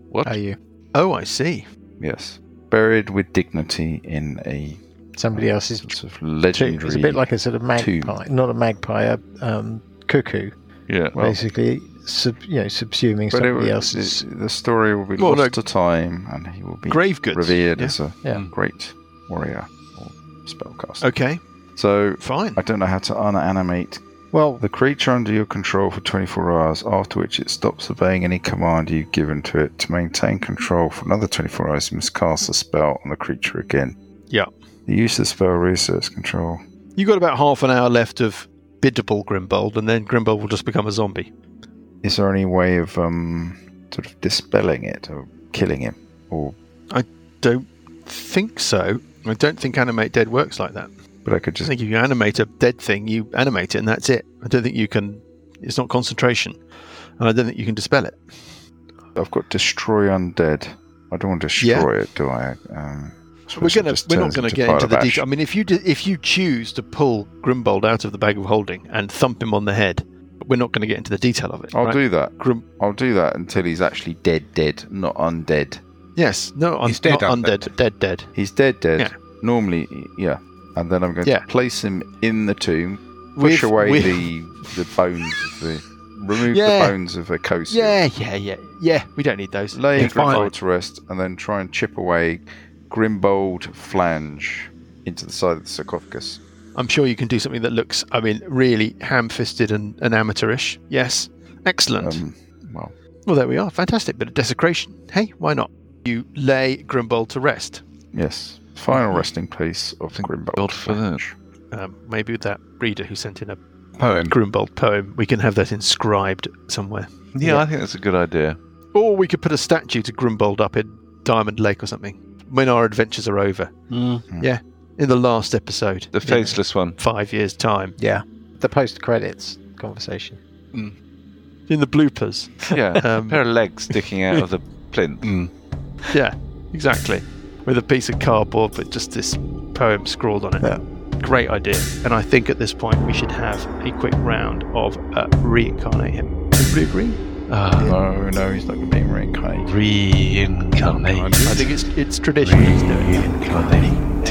Speaker 6: What?
Speaker 3: Are you?
Speaker 5: Oh, I see.
Speaker 4: Yes. Buried with dignity in a
Speaker 3: Somebody else's
Speaker 4: sort of
Speaker 3: tomb.
Speaker 4: legendary.
Speaker 3: It's a bit like a sort of
Speaker 4: tomb.
Speaker 3: magpie, not a magpie, a um, cuckoo,
Speaker 6: yeah.
Speaker 4: Well-
Speaker 3: basically, sub, you know, subsuming
Speaker 4: But it,
Speaker 3: somebody
Speaker 4: was-
Speaker 3: else's.
Speaker 4: the story will be
Speaker 5: Well,
Speaker 4: lost
Speaker 5: no.
Speaker 4: to time and he will be
Speaker 5: Grave goods.
Speaker 4: revered
Speaker 5: yeah.
Speaker 4: as a
Speaker 3: Yeah.
Speaker 4: great warrior or spellcaster.
Speaker 5: Okay,
Speaker 4: So
Speaker 5: fine.
Speaker 4: I don't know how to unanimate
Speaker 3: Well,
Speaker 4: the creature under your control for 24 hours, after which it stops obeying any command you've given to it. To maintain control for another 24 hours, you must cast a spell on the creature again.
Speaker 5: Yeah.
Speaker 4: The use of the spell research control.
Speaker 5: You got about half an hour left of biddable Grimbold, and then Grimbold will just become a zombie.
Speaker 4: Is there any way of um, sort of dispelling it or killing him? Or
Speaker 5: Don't think so. I don't think animate dead works like that.
Speaker 4: but I could
Speaker 5: I
Speaker 4: just
Speaker 5: think if you animate a dead thing, you animate it, and that's it. I don't think you can. It's not concentration, and I don't think you can dispel it.
Speaker 4: I've got destroy undead. I don't want to
Speaker 5: Yeah.
Speaker 4: destroy it, do I? Um, so
Speaker 5: We're
Speaker 4: it
Speaker 5: gonna
Speaker 4: just
Speaker 5: we're not
Speaker 4: turns
Speaker 5: gonna
Speaker 4: a
Speaker 5: get
Speaker 4: pile
Speaker 5: into
Speaker 4: of
Speaker 5: the
Speaker 4: ash.
Speaker 5: detail. I mean, if you do, if you choose to pull Grimbold out of the bag of holding and thump him on the head, we're not going to get into the detail of it.
Speaker 4: I'll
Speaker 5: right?
Speaker 4: do that.
Speaker 5: Grim-
Speaker 4: I'll do that until he's actually dead, dead, not undead.
Speaker 5: Yes, no, un-
Speaker 2: He's dead,
Speaker 5: not
Speaker 2: aren't they?
Speaker 5: undead, but dead, dead.
Speaker 4: He's dead, dead.
Speaker 5: Yeah.
Speaker 4: Normally, yeah. And then I'm going
Speaker 5: Yeah.
Speaker 4: to place him in the tomb, push
Speaker 5: With-
Speaker 4: away
Speaker 5: with-
Speaker 4: the the bones, of the remove
Speaker 5: Yeah.
Speaker 4: the bones of a coast,
Speaker 5: Yeah, yeah, yeah, yeah. We don't need those.
Speaker 4: lay
Speaker 5: Yeah, fine.
Speaker 4: Grimbold to rest, and then try and chip away Grimbold flange into the side of the sarcophagus.
Speaker 5: I'm sure you can do something that looks, I mean, really ham-fisted and, and amateurish. Yes, excellent.
Speaker 4: Um, well,
Speaker 5: well, there we are. Fantastic bit of desecration. Hey, why not? You lay Grimbold to rest.
Speaker 4: yes. Final resting place of Grimbold.
Speaker 6: God for that.
Speaker 5: Um, maybe that reader who sent in a
Speaker 2: Poem.
Speaker 5: Grimbold poem, we can have that inscribed somewhere.
Speaker 6: Yeah, I think that's a good idea.
Speaker 5: Or we could put a statue to Grimbold up in Diamond Lake or something when our adventures are over. Yeah, in the last episode.
Speaker 6: The
Speaker 5: in
Speaker 6: faceless one.
Speaker 5: Five years' time.
Speaker 3: yeah. The post credits conversation.
Speaker 5: In the bloopers.
Speaker 6: Yeah.
Speaker 5: Um, Mm.
Speaker 6: a pair of legs sticking out of the plinth.
Speaker 5: Yeah, exactly. With a piece of cardboard, but just this poem scrawled on it.
Speaker 3: Yeah.
Speaker 5: Great idea. And I think at this point we should have a quick round of uh, reincarnate him. Everybody agree?
Speaker 6: Ah,
Speaker 4: Oh, No, no, he's not being reincarnated.
Speaker 6: reincarnate.
Speaker 5: I think it's it's tradition. Let's do it.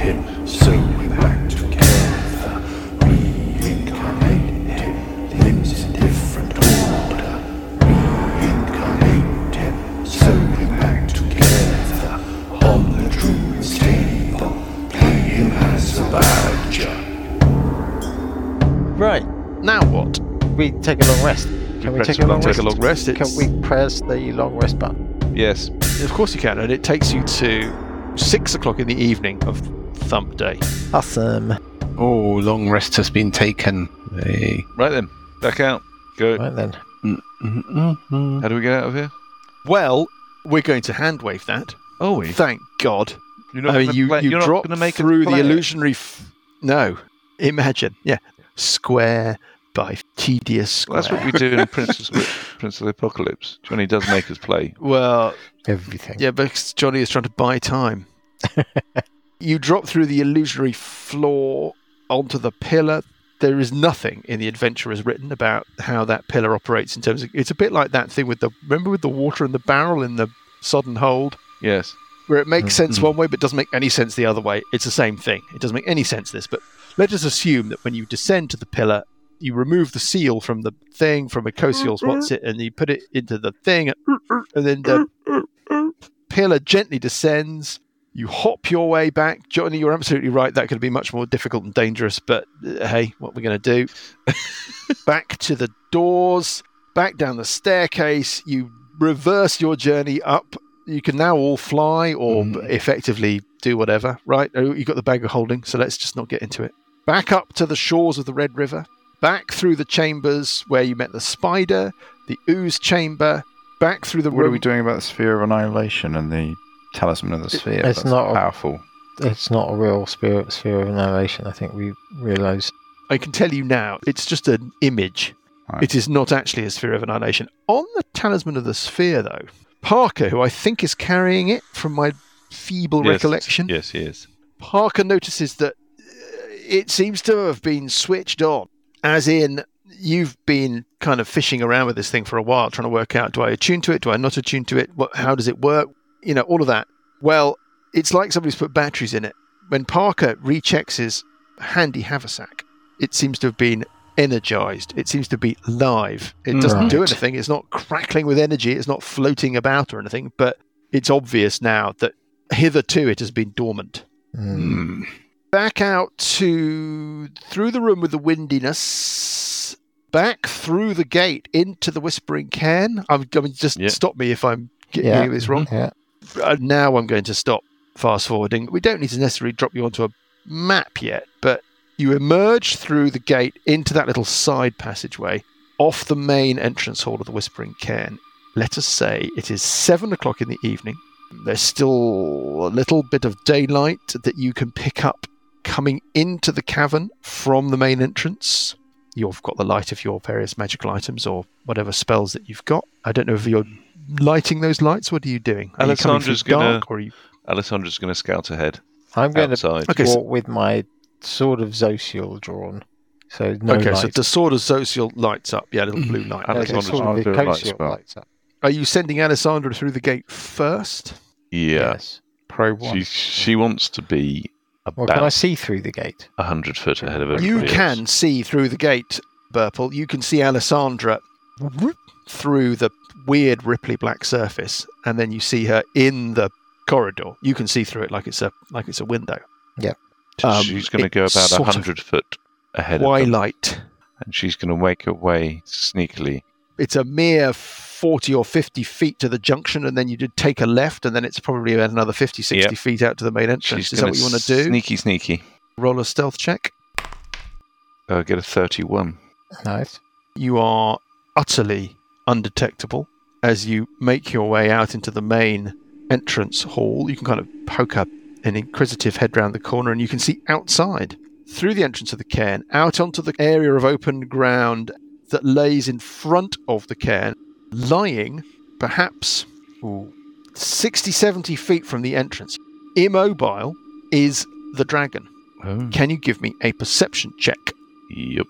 Speaker 3: Right.
Speaker 5: Now what?
Speaker 3: We take a long rest. Can we
Speaker 6: press
Speaker 3: take
Speaker 6: the
Speaker 3: a long
Speaker 6: button,
Speaker 3: rest?
Speaker 6: take a long
Speaker 5: rest,
Speaker 3: Can
Speaker 5: it's-
Speaker 3: we press the long rest button?
Speaker 6: Yes.
Speaker 5: Of course you can, and it takes you to six o'clock in the evening of Thump Day.
Speaker 3: Awesome.
Speaker 2: Oh, long rest has been taken. Hey.
Speaker 6: Right then. Back out. Go.
Speaker 3: Right then.
Speaker 6: How do we get out of here?
Speaker 5: Well, we're going to handwave that.
Speaker 6: Oh, we.
Speaker 5: Thank God.
Speaker 6: You're
Speaker 5: I mean,
Speaker 6: gonna
Speaker 5: you,
Speaker 6: play-
Speaker 5: you
Speaker 6: you're
Speaker 5: drop
Speaker 6: gonna make us
Speaker 5: through the
Speaker 6: play it.
Speaker 5: illusionary. F- no, imagine, yeah, square by tedious
Speaker 6: Well,
Speaker 5: square.
Speaker 6: that's what we do in Princess Prince of the Apocalypse. Johnny does make us play.
Speaker 5: Well,
Speaker 3: Everything.
Speaker 5: yeah, because Johnny is trying to buy time. you drop through the illusionary floor onto the pillar. There is nothing in the adventure as written about how that pillar operates in terms of. It's a bit like that thing with the remember with the water and the barrel in the sodden hold,
Speaker 6: Yes.
Speaker 5: where it makes sense
Speaker 4: Mhm.
Speaker 5: one way but doesn't make any sense the other way. It's the same thing. It doesn't make any sense this, but let us assume that when you descend to the pillar, you remove the seal from the thing from a cosials what's it, and you put it into the thing, and then the pillar gently descends. You hop your way back, Johnny. You're absolutely right. That could be much more difficult and dangerous, but uh, hey, what we're going to do? back to the doors, back down the staircase. You reverse your journey up you can now all fly or
Speaker 4: Mhm.
Speaker 5: effectively do whatever, right? Oh, You got the bag of holding, so let's just not get into it. Back up to the shores of the Red River, back through the chambers where you met the spider, the ooze chamber, back through the
Speaker 4: What are
Speaker 5: room.
Speaker 4: we doing about the sphere of annihilation and the talisman of the sphere?
Speaker 3: it's
Speaker 4: That's
Speaker 3: not a-
Speaker 4: powerful.
Speaker 3: It's not a real spirit sphere of annihilation. I think we realise.
Speaker 5: I can tell you now, it's just an image.
Speaker 4: Right.
Speaker 5: It is not actually a sphere of annihilation. On the talisman of the sphere, though, Parker, who I think is carrying it from my feeble
Speaker 6: Yes.
Speaker 5: recollection,
Speaker 6: Yes, he is.
Speaker 5: Parker notices that uh, it seems to have been switched on, as in you've been kind of fishing around with this thing for a while, trying to work out do I attune to it, do I not attune to it, what, how does it work, you know, all of that. Well, it's like somebody's put batteries in it. When Parker rechecks his handy haversack, it seems to have been energized. It seems to be live. It doesn't do
Speaker 3: Right.
Speaker 5: anything. It's not crackling with energy. It's not floating about or anything. But it's obvious now that hitherto it has been dormant
Speaker 3: Mm.
Speaker 4: Hmm.
Speaker 5: back out to through the room with the windiness, back through the gate into the whispering cairn. I'm, I mean, just
Speaker 6: Yeah.
Speaker 5: stop me if I'm getting
Speaker 3: Yeah.
Speaker 5: any of this wrong.
Speaker 3: Mm. Yeah.
Speaker 5: Uh, now I'm going to stop fast forwarding. We don't need to necessarily drop you onto a map yet, but you emerge through the gate into that little side passageway off the main entrance hall of the Whispering Cairn. Let us say it is seven o'clock in the evening. There's still a little bit of daylight that you can pick up coming into the cavern from the main entrance. You've got the light of your various magical items or whatever spells that you've got. I don't know if you're lighting those lights. What are you doing? Are you coming through
Speaker 6: Alessandra's gonna-
Speaker 5: dark, or are you
Speaker 6: Alessandra's going to scout ahead
Speaker 3: I'm going to
Speaker 6: outside.
Speaker 5: Okay,
Speaker 3: walk
Speaker 5: so-
Speaker 3: with my sword of Zosial drawn. So no
Speaker 5: okay, so
Speaker 3: light.
Speaker 5: the sword of Zosial lights up. Yeah, little blue light.
Speaker 3: No,
Speaker 6: I don't
Speaker 5: Okay.
Speaker 3: the
Speaker 6: Alexander's
Speaker 3: sword
Speaker 4: I'll
Speaker 3: of
Speaker 4: do a light
Speaker 3: Icosial
Speaker 4: spell.
Speaker 3: lights up.
Speaker 5: Are you sending Alessandra through the gate first?
Speaker 6: Yeah.
Speaker 3: Yes.
Speaker 4: Pro one.
Speaker 6: She she wants to be
Speaker 3: Well,
Speaker 6: about
Speaker 3: can I see through the gate?
Speaker 6: a hundred foot ahead of
Speaker 5: You
Speaker 6: everybody
Speaker 5: can see through the gate, Burple. You can see Alessandra through the weird ripply black surface, and then you see her in the corridor. You can see through it like it's a like it's a window.
Speaker 6: Else.
Speaker 5: um,
Speaker 6: she's going to
Speaker 5: it
Speaker 6: go about a
Speaker 5: sort of-
Speaker 6: hundred foot ahead of them,
Speaker 5: Twilight.
Speaker 6: and she's going to wake her way sneakily.
Speaker 5: It's a mere forty or fifty feet to the junction, and then you did take a left, and then it's probably about another 50, 60
Speaker 6: Yep.
Speaker 5: feet out to the main entrance.
Speaker 6: She's
Speaker 5: Is that
Speaker 6: gonna
Speaker 5: what you want to do?
Speaker 6: Sneaky, sneaky.
Speaker 5: Roll a stealth check.
Speaker 6: Uh, get a thirty-one.
Speaker 3: Nice.
Speaker 5: you are utterly undetectable as you make your way out into the main entrance hall. You can kind of poke up an inquisitive head round the corner and you can see outside through the entrance of the cairn out onto the area of open ground that lays in front of the cairn, lying perhaps ooh, 60 70 feet from the entrance. Immobile is the dragon.
Speaker 6: Oh.
Speaker 5: Can you give me a perception check?
Speaker 6: Yep.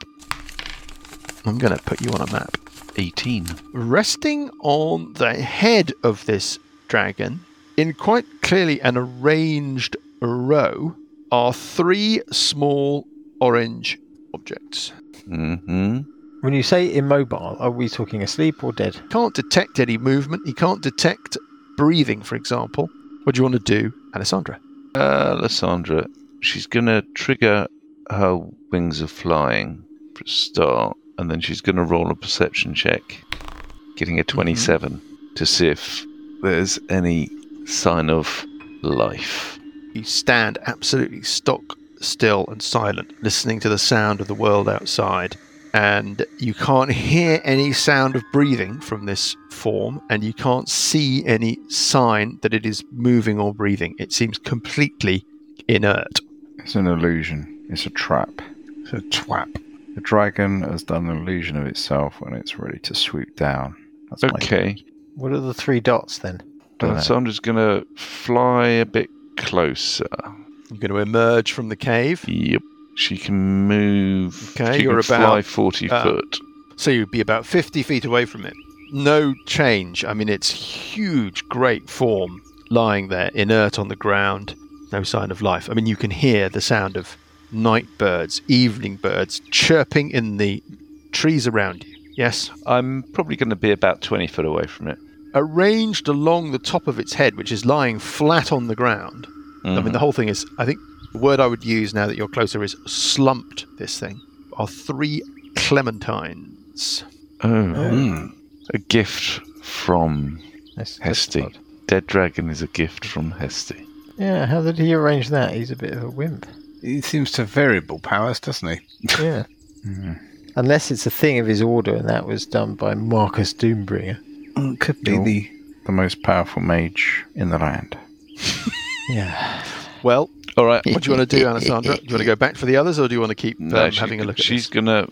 Speaker 5: I'm going to put you on a map.
Speaker 6: Eighteen.
Speaker 5: resting on the head of this dragon, in quite clearly an arranged row, are three small orange objects.
Speaker 6: Mm-hmm.
Speaker 3: When you say immobile, are we talking asleep or dead?
Speaker 5: Can't detect any movement. He can't detect breathing, for example. What do you want to do, Alessandra?
Speaker 6: Uh, Lysandra, she's going to trigger her wings of flying for a start, and then she's going to roll a perception check, getting a
Speaker 4: Mm-hmm.
Speaker 6: 27 to see if there's any sign of life.
Speaker 5: You stand absolutely stock still and silent, listening to the sound of the world outside. And you can't hear any sound of breathing from this form, and you can't see any sign that it is moving or breathing. It seems completely inert.
Speaker 4: It's an illusion. It's a trap. It's a twap. The dragon has done an illusion of itself when it's ready to swoop down. That's my-
Speaker 6: Okay,
Speaker 3: What are the three dots then?
Speaker 4: Dunno.
Speaker 6: Lysandra's going to fly a bit closer.
Speaker 5: You're going to emerge from the cave,
Speaker 6: Yep. She can move.
Speaker 5: Okay,
Speaker 6: she
Speaker 5: you're
Speaker 6: can
Speaker 5: about,
Speaker 6: fly 40
Speaker 5: uh,
Speaker 6: foot.
Speaker 5: so you'd be about 50 feet away from it. no change. I mean, it's huge, great form lying there, inert on the ground, no sign of life. I mean, you can hear the sound of night birds, evening birds chirping in the trees around you. Yes,
Speaker 6: I'm probably going to be about 20 foot away from it.
Speaker 5: arranged along the top of its head, which is lying flat on the ground. I mean, the whole thing is, I think the word I would use now that you're closer is slumped, this thing, are three clementines.
Speaker 6: Oh, mm. a gift from
Speaker 3: That's- that's
Speaker 6: Hesty.
Speaker 3: odd.
Speaker 6: Dead Dragon is a gift from Hesty.
Speaker 3: Yeah, how did he arrange that? He's a bit of a wimp.
Speaker 2: He seems to have variable powers, doesn't he?
Speaker 3: Yeah. Unless it's a thing of his order, and that was done by Marcus Doombringer.
Speaker 4: Mm, Could be the, the most powerful mage in the land.
Speaker 3: Yeah.
Speaker 5: Well,
Speaker 6: All right.
Speaker 5: what do you want to do, Alessandra? Do you want to go back for the others, or do you want to keep um,
Speaker 6: No, she-
Speaker 5: having a look at
Speaker 6: She's
Speaker 5: this?
Speaker 6: going to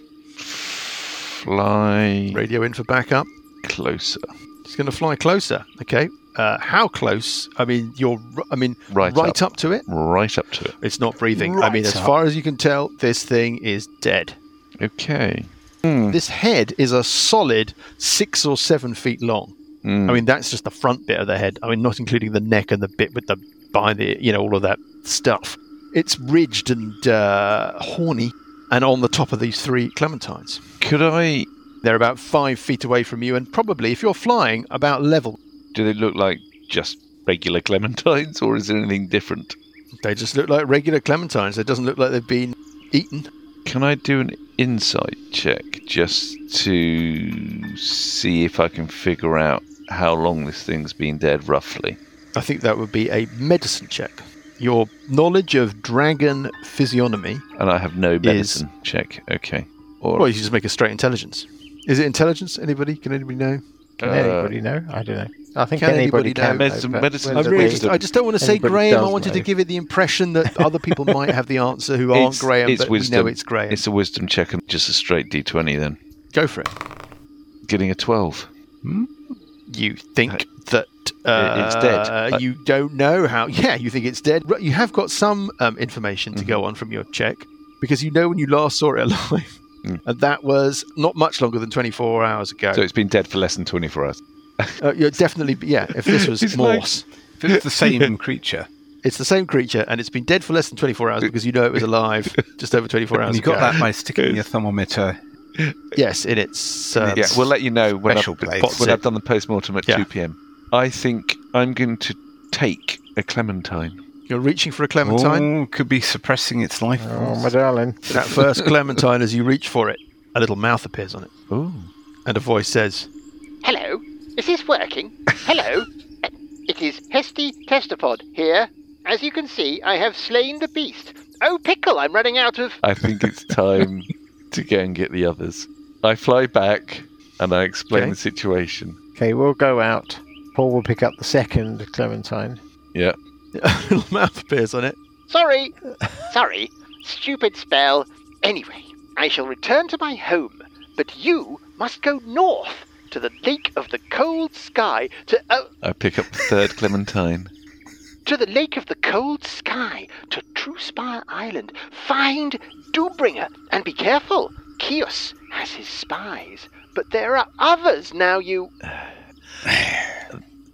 Speaker 6: fly
Speaker 5: Radio in for backup.
Speaker 6: closer.
Speaker 5: She's going to fly closer. Okay. Uh, how close? I mean, you're. r- I mean,
Speaker 6: Right
Speaker 5: up. to it.
Speaker 6: Right up to it.
Speaker 5: It's not breathing. I mean, as
Speaker 4: Right up.
Speaker 5: far as you can tell, this thing is dead.
Speaker 6: Okay.
Speaker 5: This head is a solid six or seven feet long.
Speaker 6: Hmm.
Speaker 5: I mean, that's just the front bit of the head. I mean, not including the neck and the bit with the behind the, you know, all of that stuff. It's ridged and uh, horny, and on the top of these three clementines.
Speaker 6: Could I?
Speaker 5: They're about five feet away from you, and probably, if you're flying, about level.
Speaker 6: Do they look like just regular clementines, or is there anything different?
Speaker 5: They just look like regular clementines. It doesn't look like they've been eaten.
Speaker 6: Can I do an insight check just to see if I can figure out how long this thing's been dead, roughly?
Speaker 5: I think that would be a medicine check. Your knowledge of dragon physiognomy.
Speaker 6: And I have no medicine check. Okay. Or
Speaker 5: Well, you should just make a straight intelligence. Is it intelligence? Anybody? Can anybody know?
Speaker 3: Can
Speaker 6: Uh,
Speaker 3: anybody know? I don't know. I think
Speaker 5: can
Speaker 3: anybody,
Speaker 5: anybody know?
Speaker 3: can. know,
Speaker 6: Medicine-
Speaker 3: but
Speaker 6: medicine-
Speaker 5: I
Speaker 3: whether
Speaker 6: But
Speaker 5: really
Speaker 6: they-
Speaker 3: they-
Speaker 5: just, I just don't want to say
Speaker 3: Anybody
Speaker 5: Graham. I
Speaker 3: does
Speaker 5: wanted
Speaker 3: know.
Speaker 5: to give it the impression that other people might have the answer who aren't
Speaker 6: It's-
Speaker 5: Graham,
Speaker 6: it's
Speaker 5: but we
Speaker 6: wisdom.
Speaker 5: know it's Graham.
Speaker 6: it's a wisdom check and just a straight d20 then.
Speaker 5: Go for it.
Speaker 6: Getting a 12.
Speaker 5: You think that uh,
Speaker 6: it's dead.
Speaker 5: You don't know how. Yeah, you think it's dead. Right, You have got some um, information to
Speaker 6: Mm-hmm.
Speaker 5: go on from your check because you know when you last saw it alive,
Speaker 6: Mm.
Speaker 5: and that was not much longer than 24 hours ago.
Speaker 6: So it's been dead for less than 24 hours.
Speaker 5: uh, you're definitely, yeah. If this was
Speaker 6: It's like-
Speaker 5: Morse,
Speaker 2: If it's the same creature,
Speaker 5: it's the same creature, and it's been dead for less than 24 hours because you know it was alive just over 24
Speaker 2: and
Speaker 5: hours
Speaker 2: you got
Speaker 5: ago.
Speaker 2: that by sticking your thermometer.
Speaker 5: Yes, in its. Um,
Speaker 6: Yeah, we'll let you know when, I've,
Speaker 2: Special place.
Speaker 6: when I've done the post-mortem at
Speaker 5: Yeah.
Speaker 6: 2 p.m. I think I'm going to take a clementine.
Speaker 5: You're reaching for a clementine.
Speaker 2: Oh, could be suppressing its life.
Speaker 3: Oh,
Speaker 2: force.
Speaker 4: Um,
Speaker 3: my darling.
Speaker 5: That first clementine, as you reach for it, a little mouth appears on it,
Speaker 6: Ooh.
Speaker 5: and a voice says,
Speaker 7: Hello, is this working? Hello, Uh, it is Hesty Testopod here. As you can see, I have slain the beast. Oh, pickle, I'm running out of.
Speaker 6: I think it's time to go and get the others. I fly back and I explain
Speaker 5: Okay.
Speaker 6: the situation.
Speaker 3: Okay, we'll go out. Paul will pick up the second Clementine.
Speaker 6: Yeah.
Speaker 5: a little mouth appears on it.
Speaker 7: Sorry, sorry, stupid spell. Anyway, I shall return to my home, but you must go north to the Lake of the Cold Sky to. Oh,
Speaker 6: I pick up the third clementine.
Speaker 7: to the Lake of the Cold Sky, to Truespire Island. Find Dewbringer, and be careful. Kios has his spies, but there are others now. You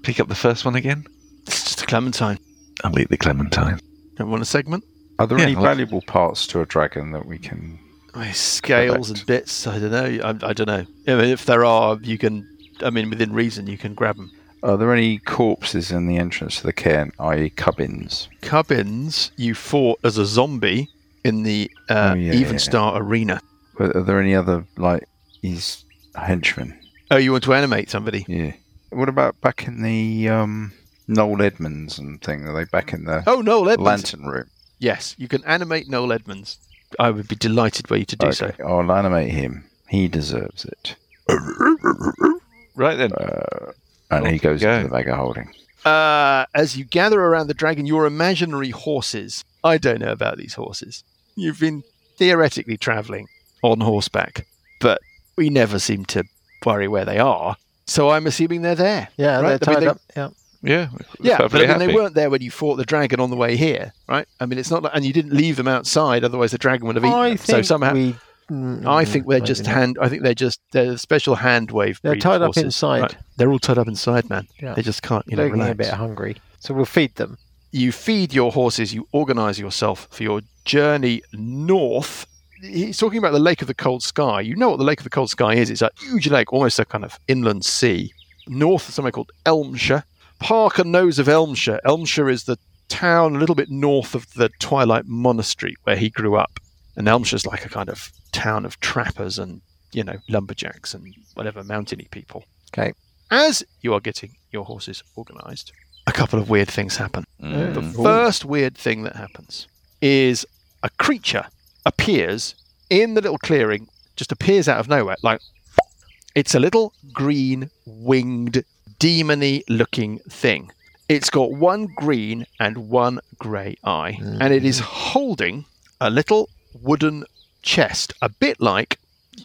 Speaker 6: Pick up the first one again.
Speaker 5: It's just a clementine.
Speaker 6: I'll eat the clementine.
Speaker 5: Don't want a segment?
Speaker 4: Are there
Speaker 6: Yeah,
Speaker 4: any
Speaker 6: well-
Speaker 4: valuable parts to a dragon that we can?
Speaker 5: Oh, scales and bits. I don't know. I, I don't know. I mean, if there are, you can. I mean, within reason, you can grab them.
Speaker 4: Are there any corpses in the entrance to the cairn, i.e., cubbins?
Speaker 5: Cubbins, you fought as a zombie in the uh,
Speaker 4: Oh, yeah,
Speaker 5: Evenstar Arena.
Speaker 4: But are there any other like these henchmen?
Speaker 5: Oh, you want to animate somebody?
Speaker 4: Yeah. What about back in the um, Noel Edmonds and thing? Are they back in the
Speaker 5: Oh, Noel Edmonds.
Speaker 4: lantern room?
Speaker 5: Yes, you can animate Noel Edmonds. I would be delighted were you to do so.
Speaker 4: I'll animate him. He deserves it.
Speaker 6: Right then.
Speaker 4: And
Speaker 6: Off
Speaker 4: he
Speaker 6: you
Speaker 4: goes
Speaker 6: go.
Speaker 4: into the bag of holding.
Speaker 5: Uh, as you gather around the dragon, your imaginary horses. I don't know about these horses. You've been theoretically traveling on horseback, but we never seem to worry where they are. So I'm assuming they're there.
Speaker 3: Yeah,
Speaker 5: Right,
Speaker 3: they're
Speaker 5: I mean,
Speaker 3: tied
Speaker 5: they-
Speaker 3: up. Yeah.
Speaker 6: yeah.
Speaker 5: Yeah, but
Speaker 6: perfectly
Speaker 5: I mean, they
Speaker 6: happy.
Speaker 5: weren't there when you fought the dragon on the way here, right? I mean, it's not like, and you didn't leave them outside, otherwise the dragon would have eaten
Speaker 3: I
Speaker 5: them.
Speaker 3: think
Speaker 5: So somehow,
Speaker 3: we
Speaker 5: I think they're
Speaker 3: Mm,
Speaker 5: just
Speaker 3: maybe not.
Speaker 5: hand. I think they're just they're special hand wave.
Speaker 3: They're
Speaker 5: breed
Speaker 3: tied up
Speaker 5: horses.
Speaker 3: inside.
Speaker 5: Right. They're all tied up inside, man.
Speaker 3: Yeah.
Speaker 5: They just can't. You know,
Speaker 3: They're getting a
Speaker 5: relax.
Speaker 3: bit hungry, so we'll feed them.
Speaker 5: you feed your horses, you organize yourself for your journey north. He's talking about the Lake of the Cold Sky. You know what the Lake of the Cold Sky is. It's a huge lake, almost a kind of inland sea. North is somewhere called Elmshire. Parker knows of Elmshire. Elmshire is the town a little bit north of the Twilight Monastery where he grew up. And Elmshire's like a kind of town of trappers and, you know, lumberjacks and whatever mountainy people.
Speaker 3: Okay.
Speaker 5: As you are getting your horses organized, a couple of weird things happen.
Speaker 6: Mm.
Speaker 5: The first weird thing that happens is a creature appears in the little clearing, just appears out of nowhere. Like it's a little green winged demony looking thing. It's got one green and one grey eye, and it is holding a little wooden chest, a bit like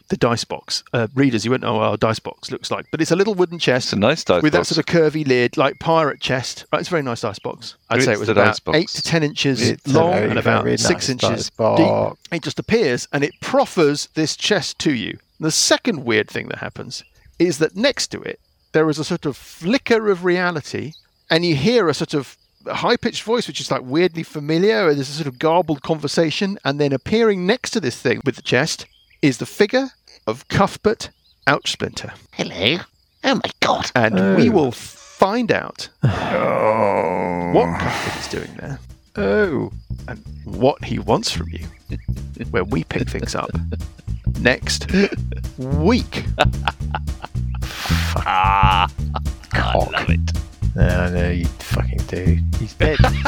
Speaker 5: the dice box. Uh, readers, you won't know what a dice box looks like, but it's a little wooden chest
Speaker 6: It's a nice dice
Speaker 5: with
Speaker 6: box.
Speaker 5: that sort of curvy lid, like pirate chest. Right, it's a very nice dice box. I'd say it
Speaker 6: It's
Speaker 5: was
Speaker 6: the
Speaker 5: about
Speaker 6: dice box.
Speaker 5: eight to ten inches
Speaker 3: It's a
Speaker 5: long
Speaker 3: very,
Speaker 5: and about
Speaker 3: very
Speaker 5: six
Speaker 3: nice
Speaker 5: inches
Speaker 3: dice box.
Speaker 5: deep. It just appears and it proffers this chest to you. The second weird thing that happens is that next to it there is a sort of flicker of reality, and you hear a sort of high pitched voice, which is like weirdly familiar. and There's a sort of garbled conversation, and then appearing next to this thing with the chest is the figure of Cuthbert Ouchsplinter
Speaker 7: Hello. Oh my god.
Speaker 5: and
Speaker 6: Oh.
Speaker 5: we will find out
Speaker 4: Oh.
Speaker 5: what Cuthbert is doing there
Speaker 3: Oh,
Speaker 5: and what he wants from you when we pick things up next week.
Speaker 6: Ah, I love it.
Speaker 3: no, no, you fucking do. He's dead. dead.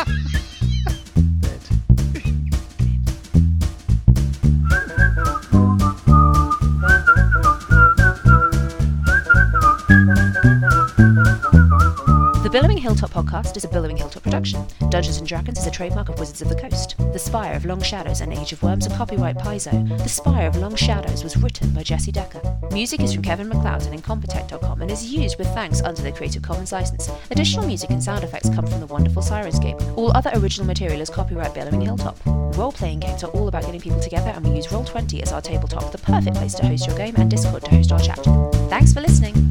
Speaker 8: The Billowing Hilltop podcast is a Billowing Hilltop production. Dungeons and Dragons is a trademark of Wizards of the Coast. The Spire of Long Shadows and Age of Worms are copyright Paizo. The Spire of Long Shadows was written by Jesse Decker. Music is from Kevin MacLeod and Incompetech.com and is used with thanks under the Creative Commons license. Additional music and sound effects come from the wonderful Sirenscape. All other original material is copyright Billowing Hilltop. Role playing games are all about getting people together, and we use Roll20 as our tabletop, the perfect place to host your game, and Discord to host our chat. Thanks for listening!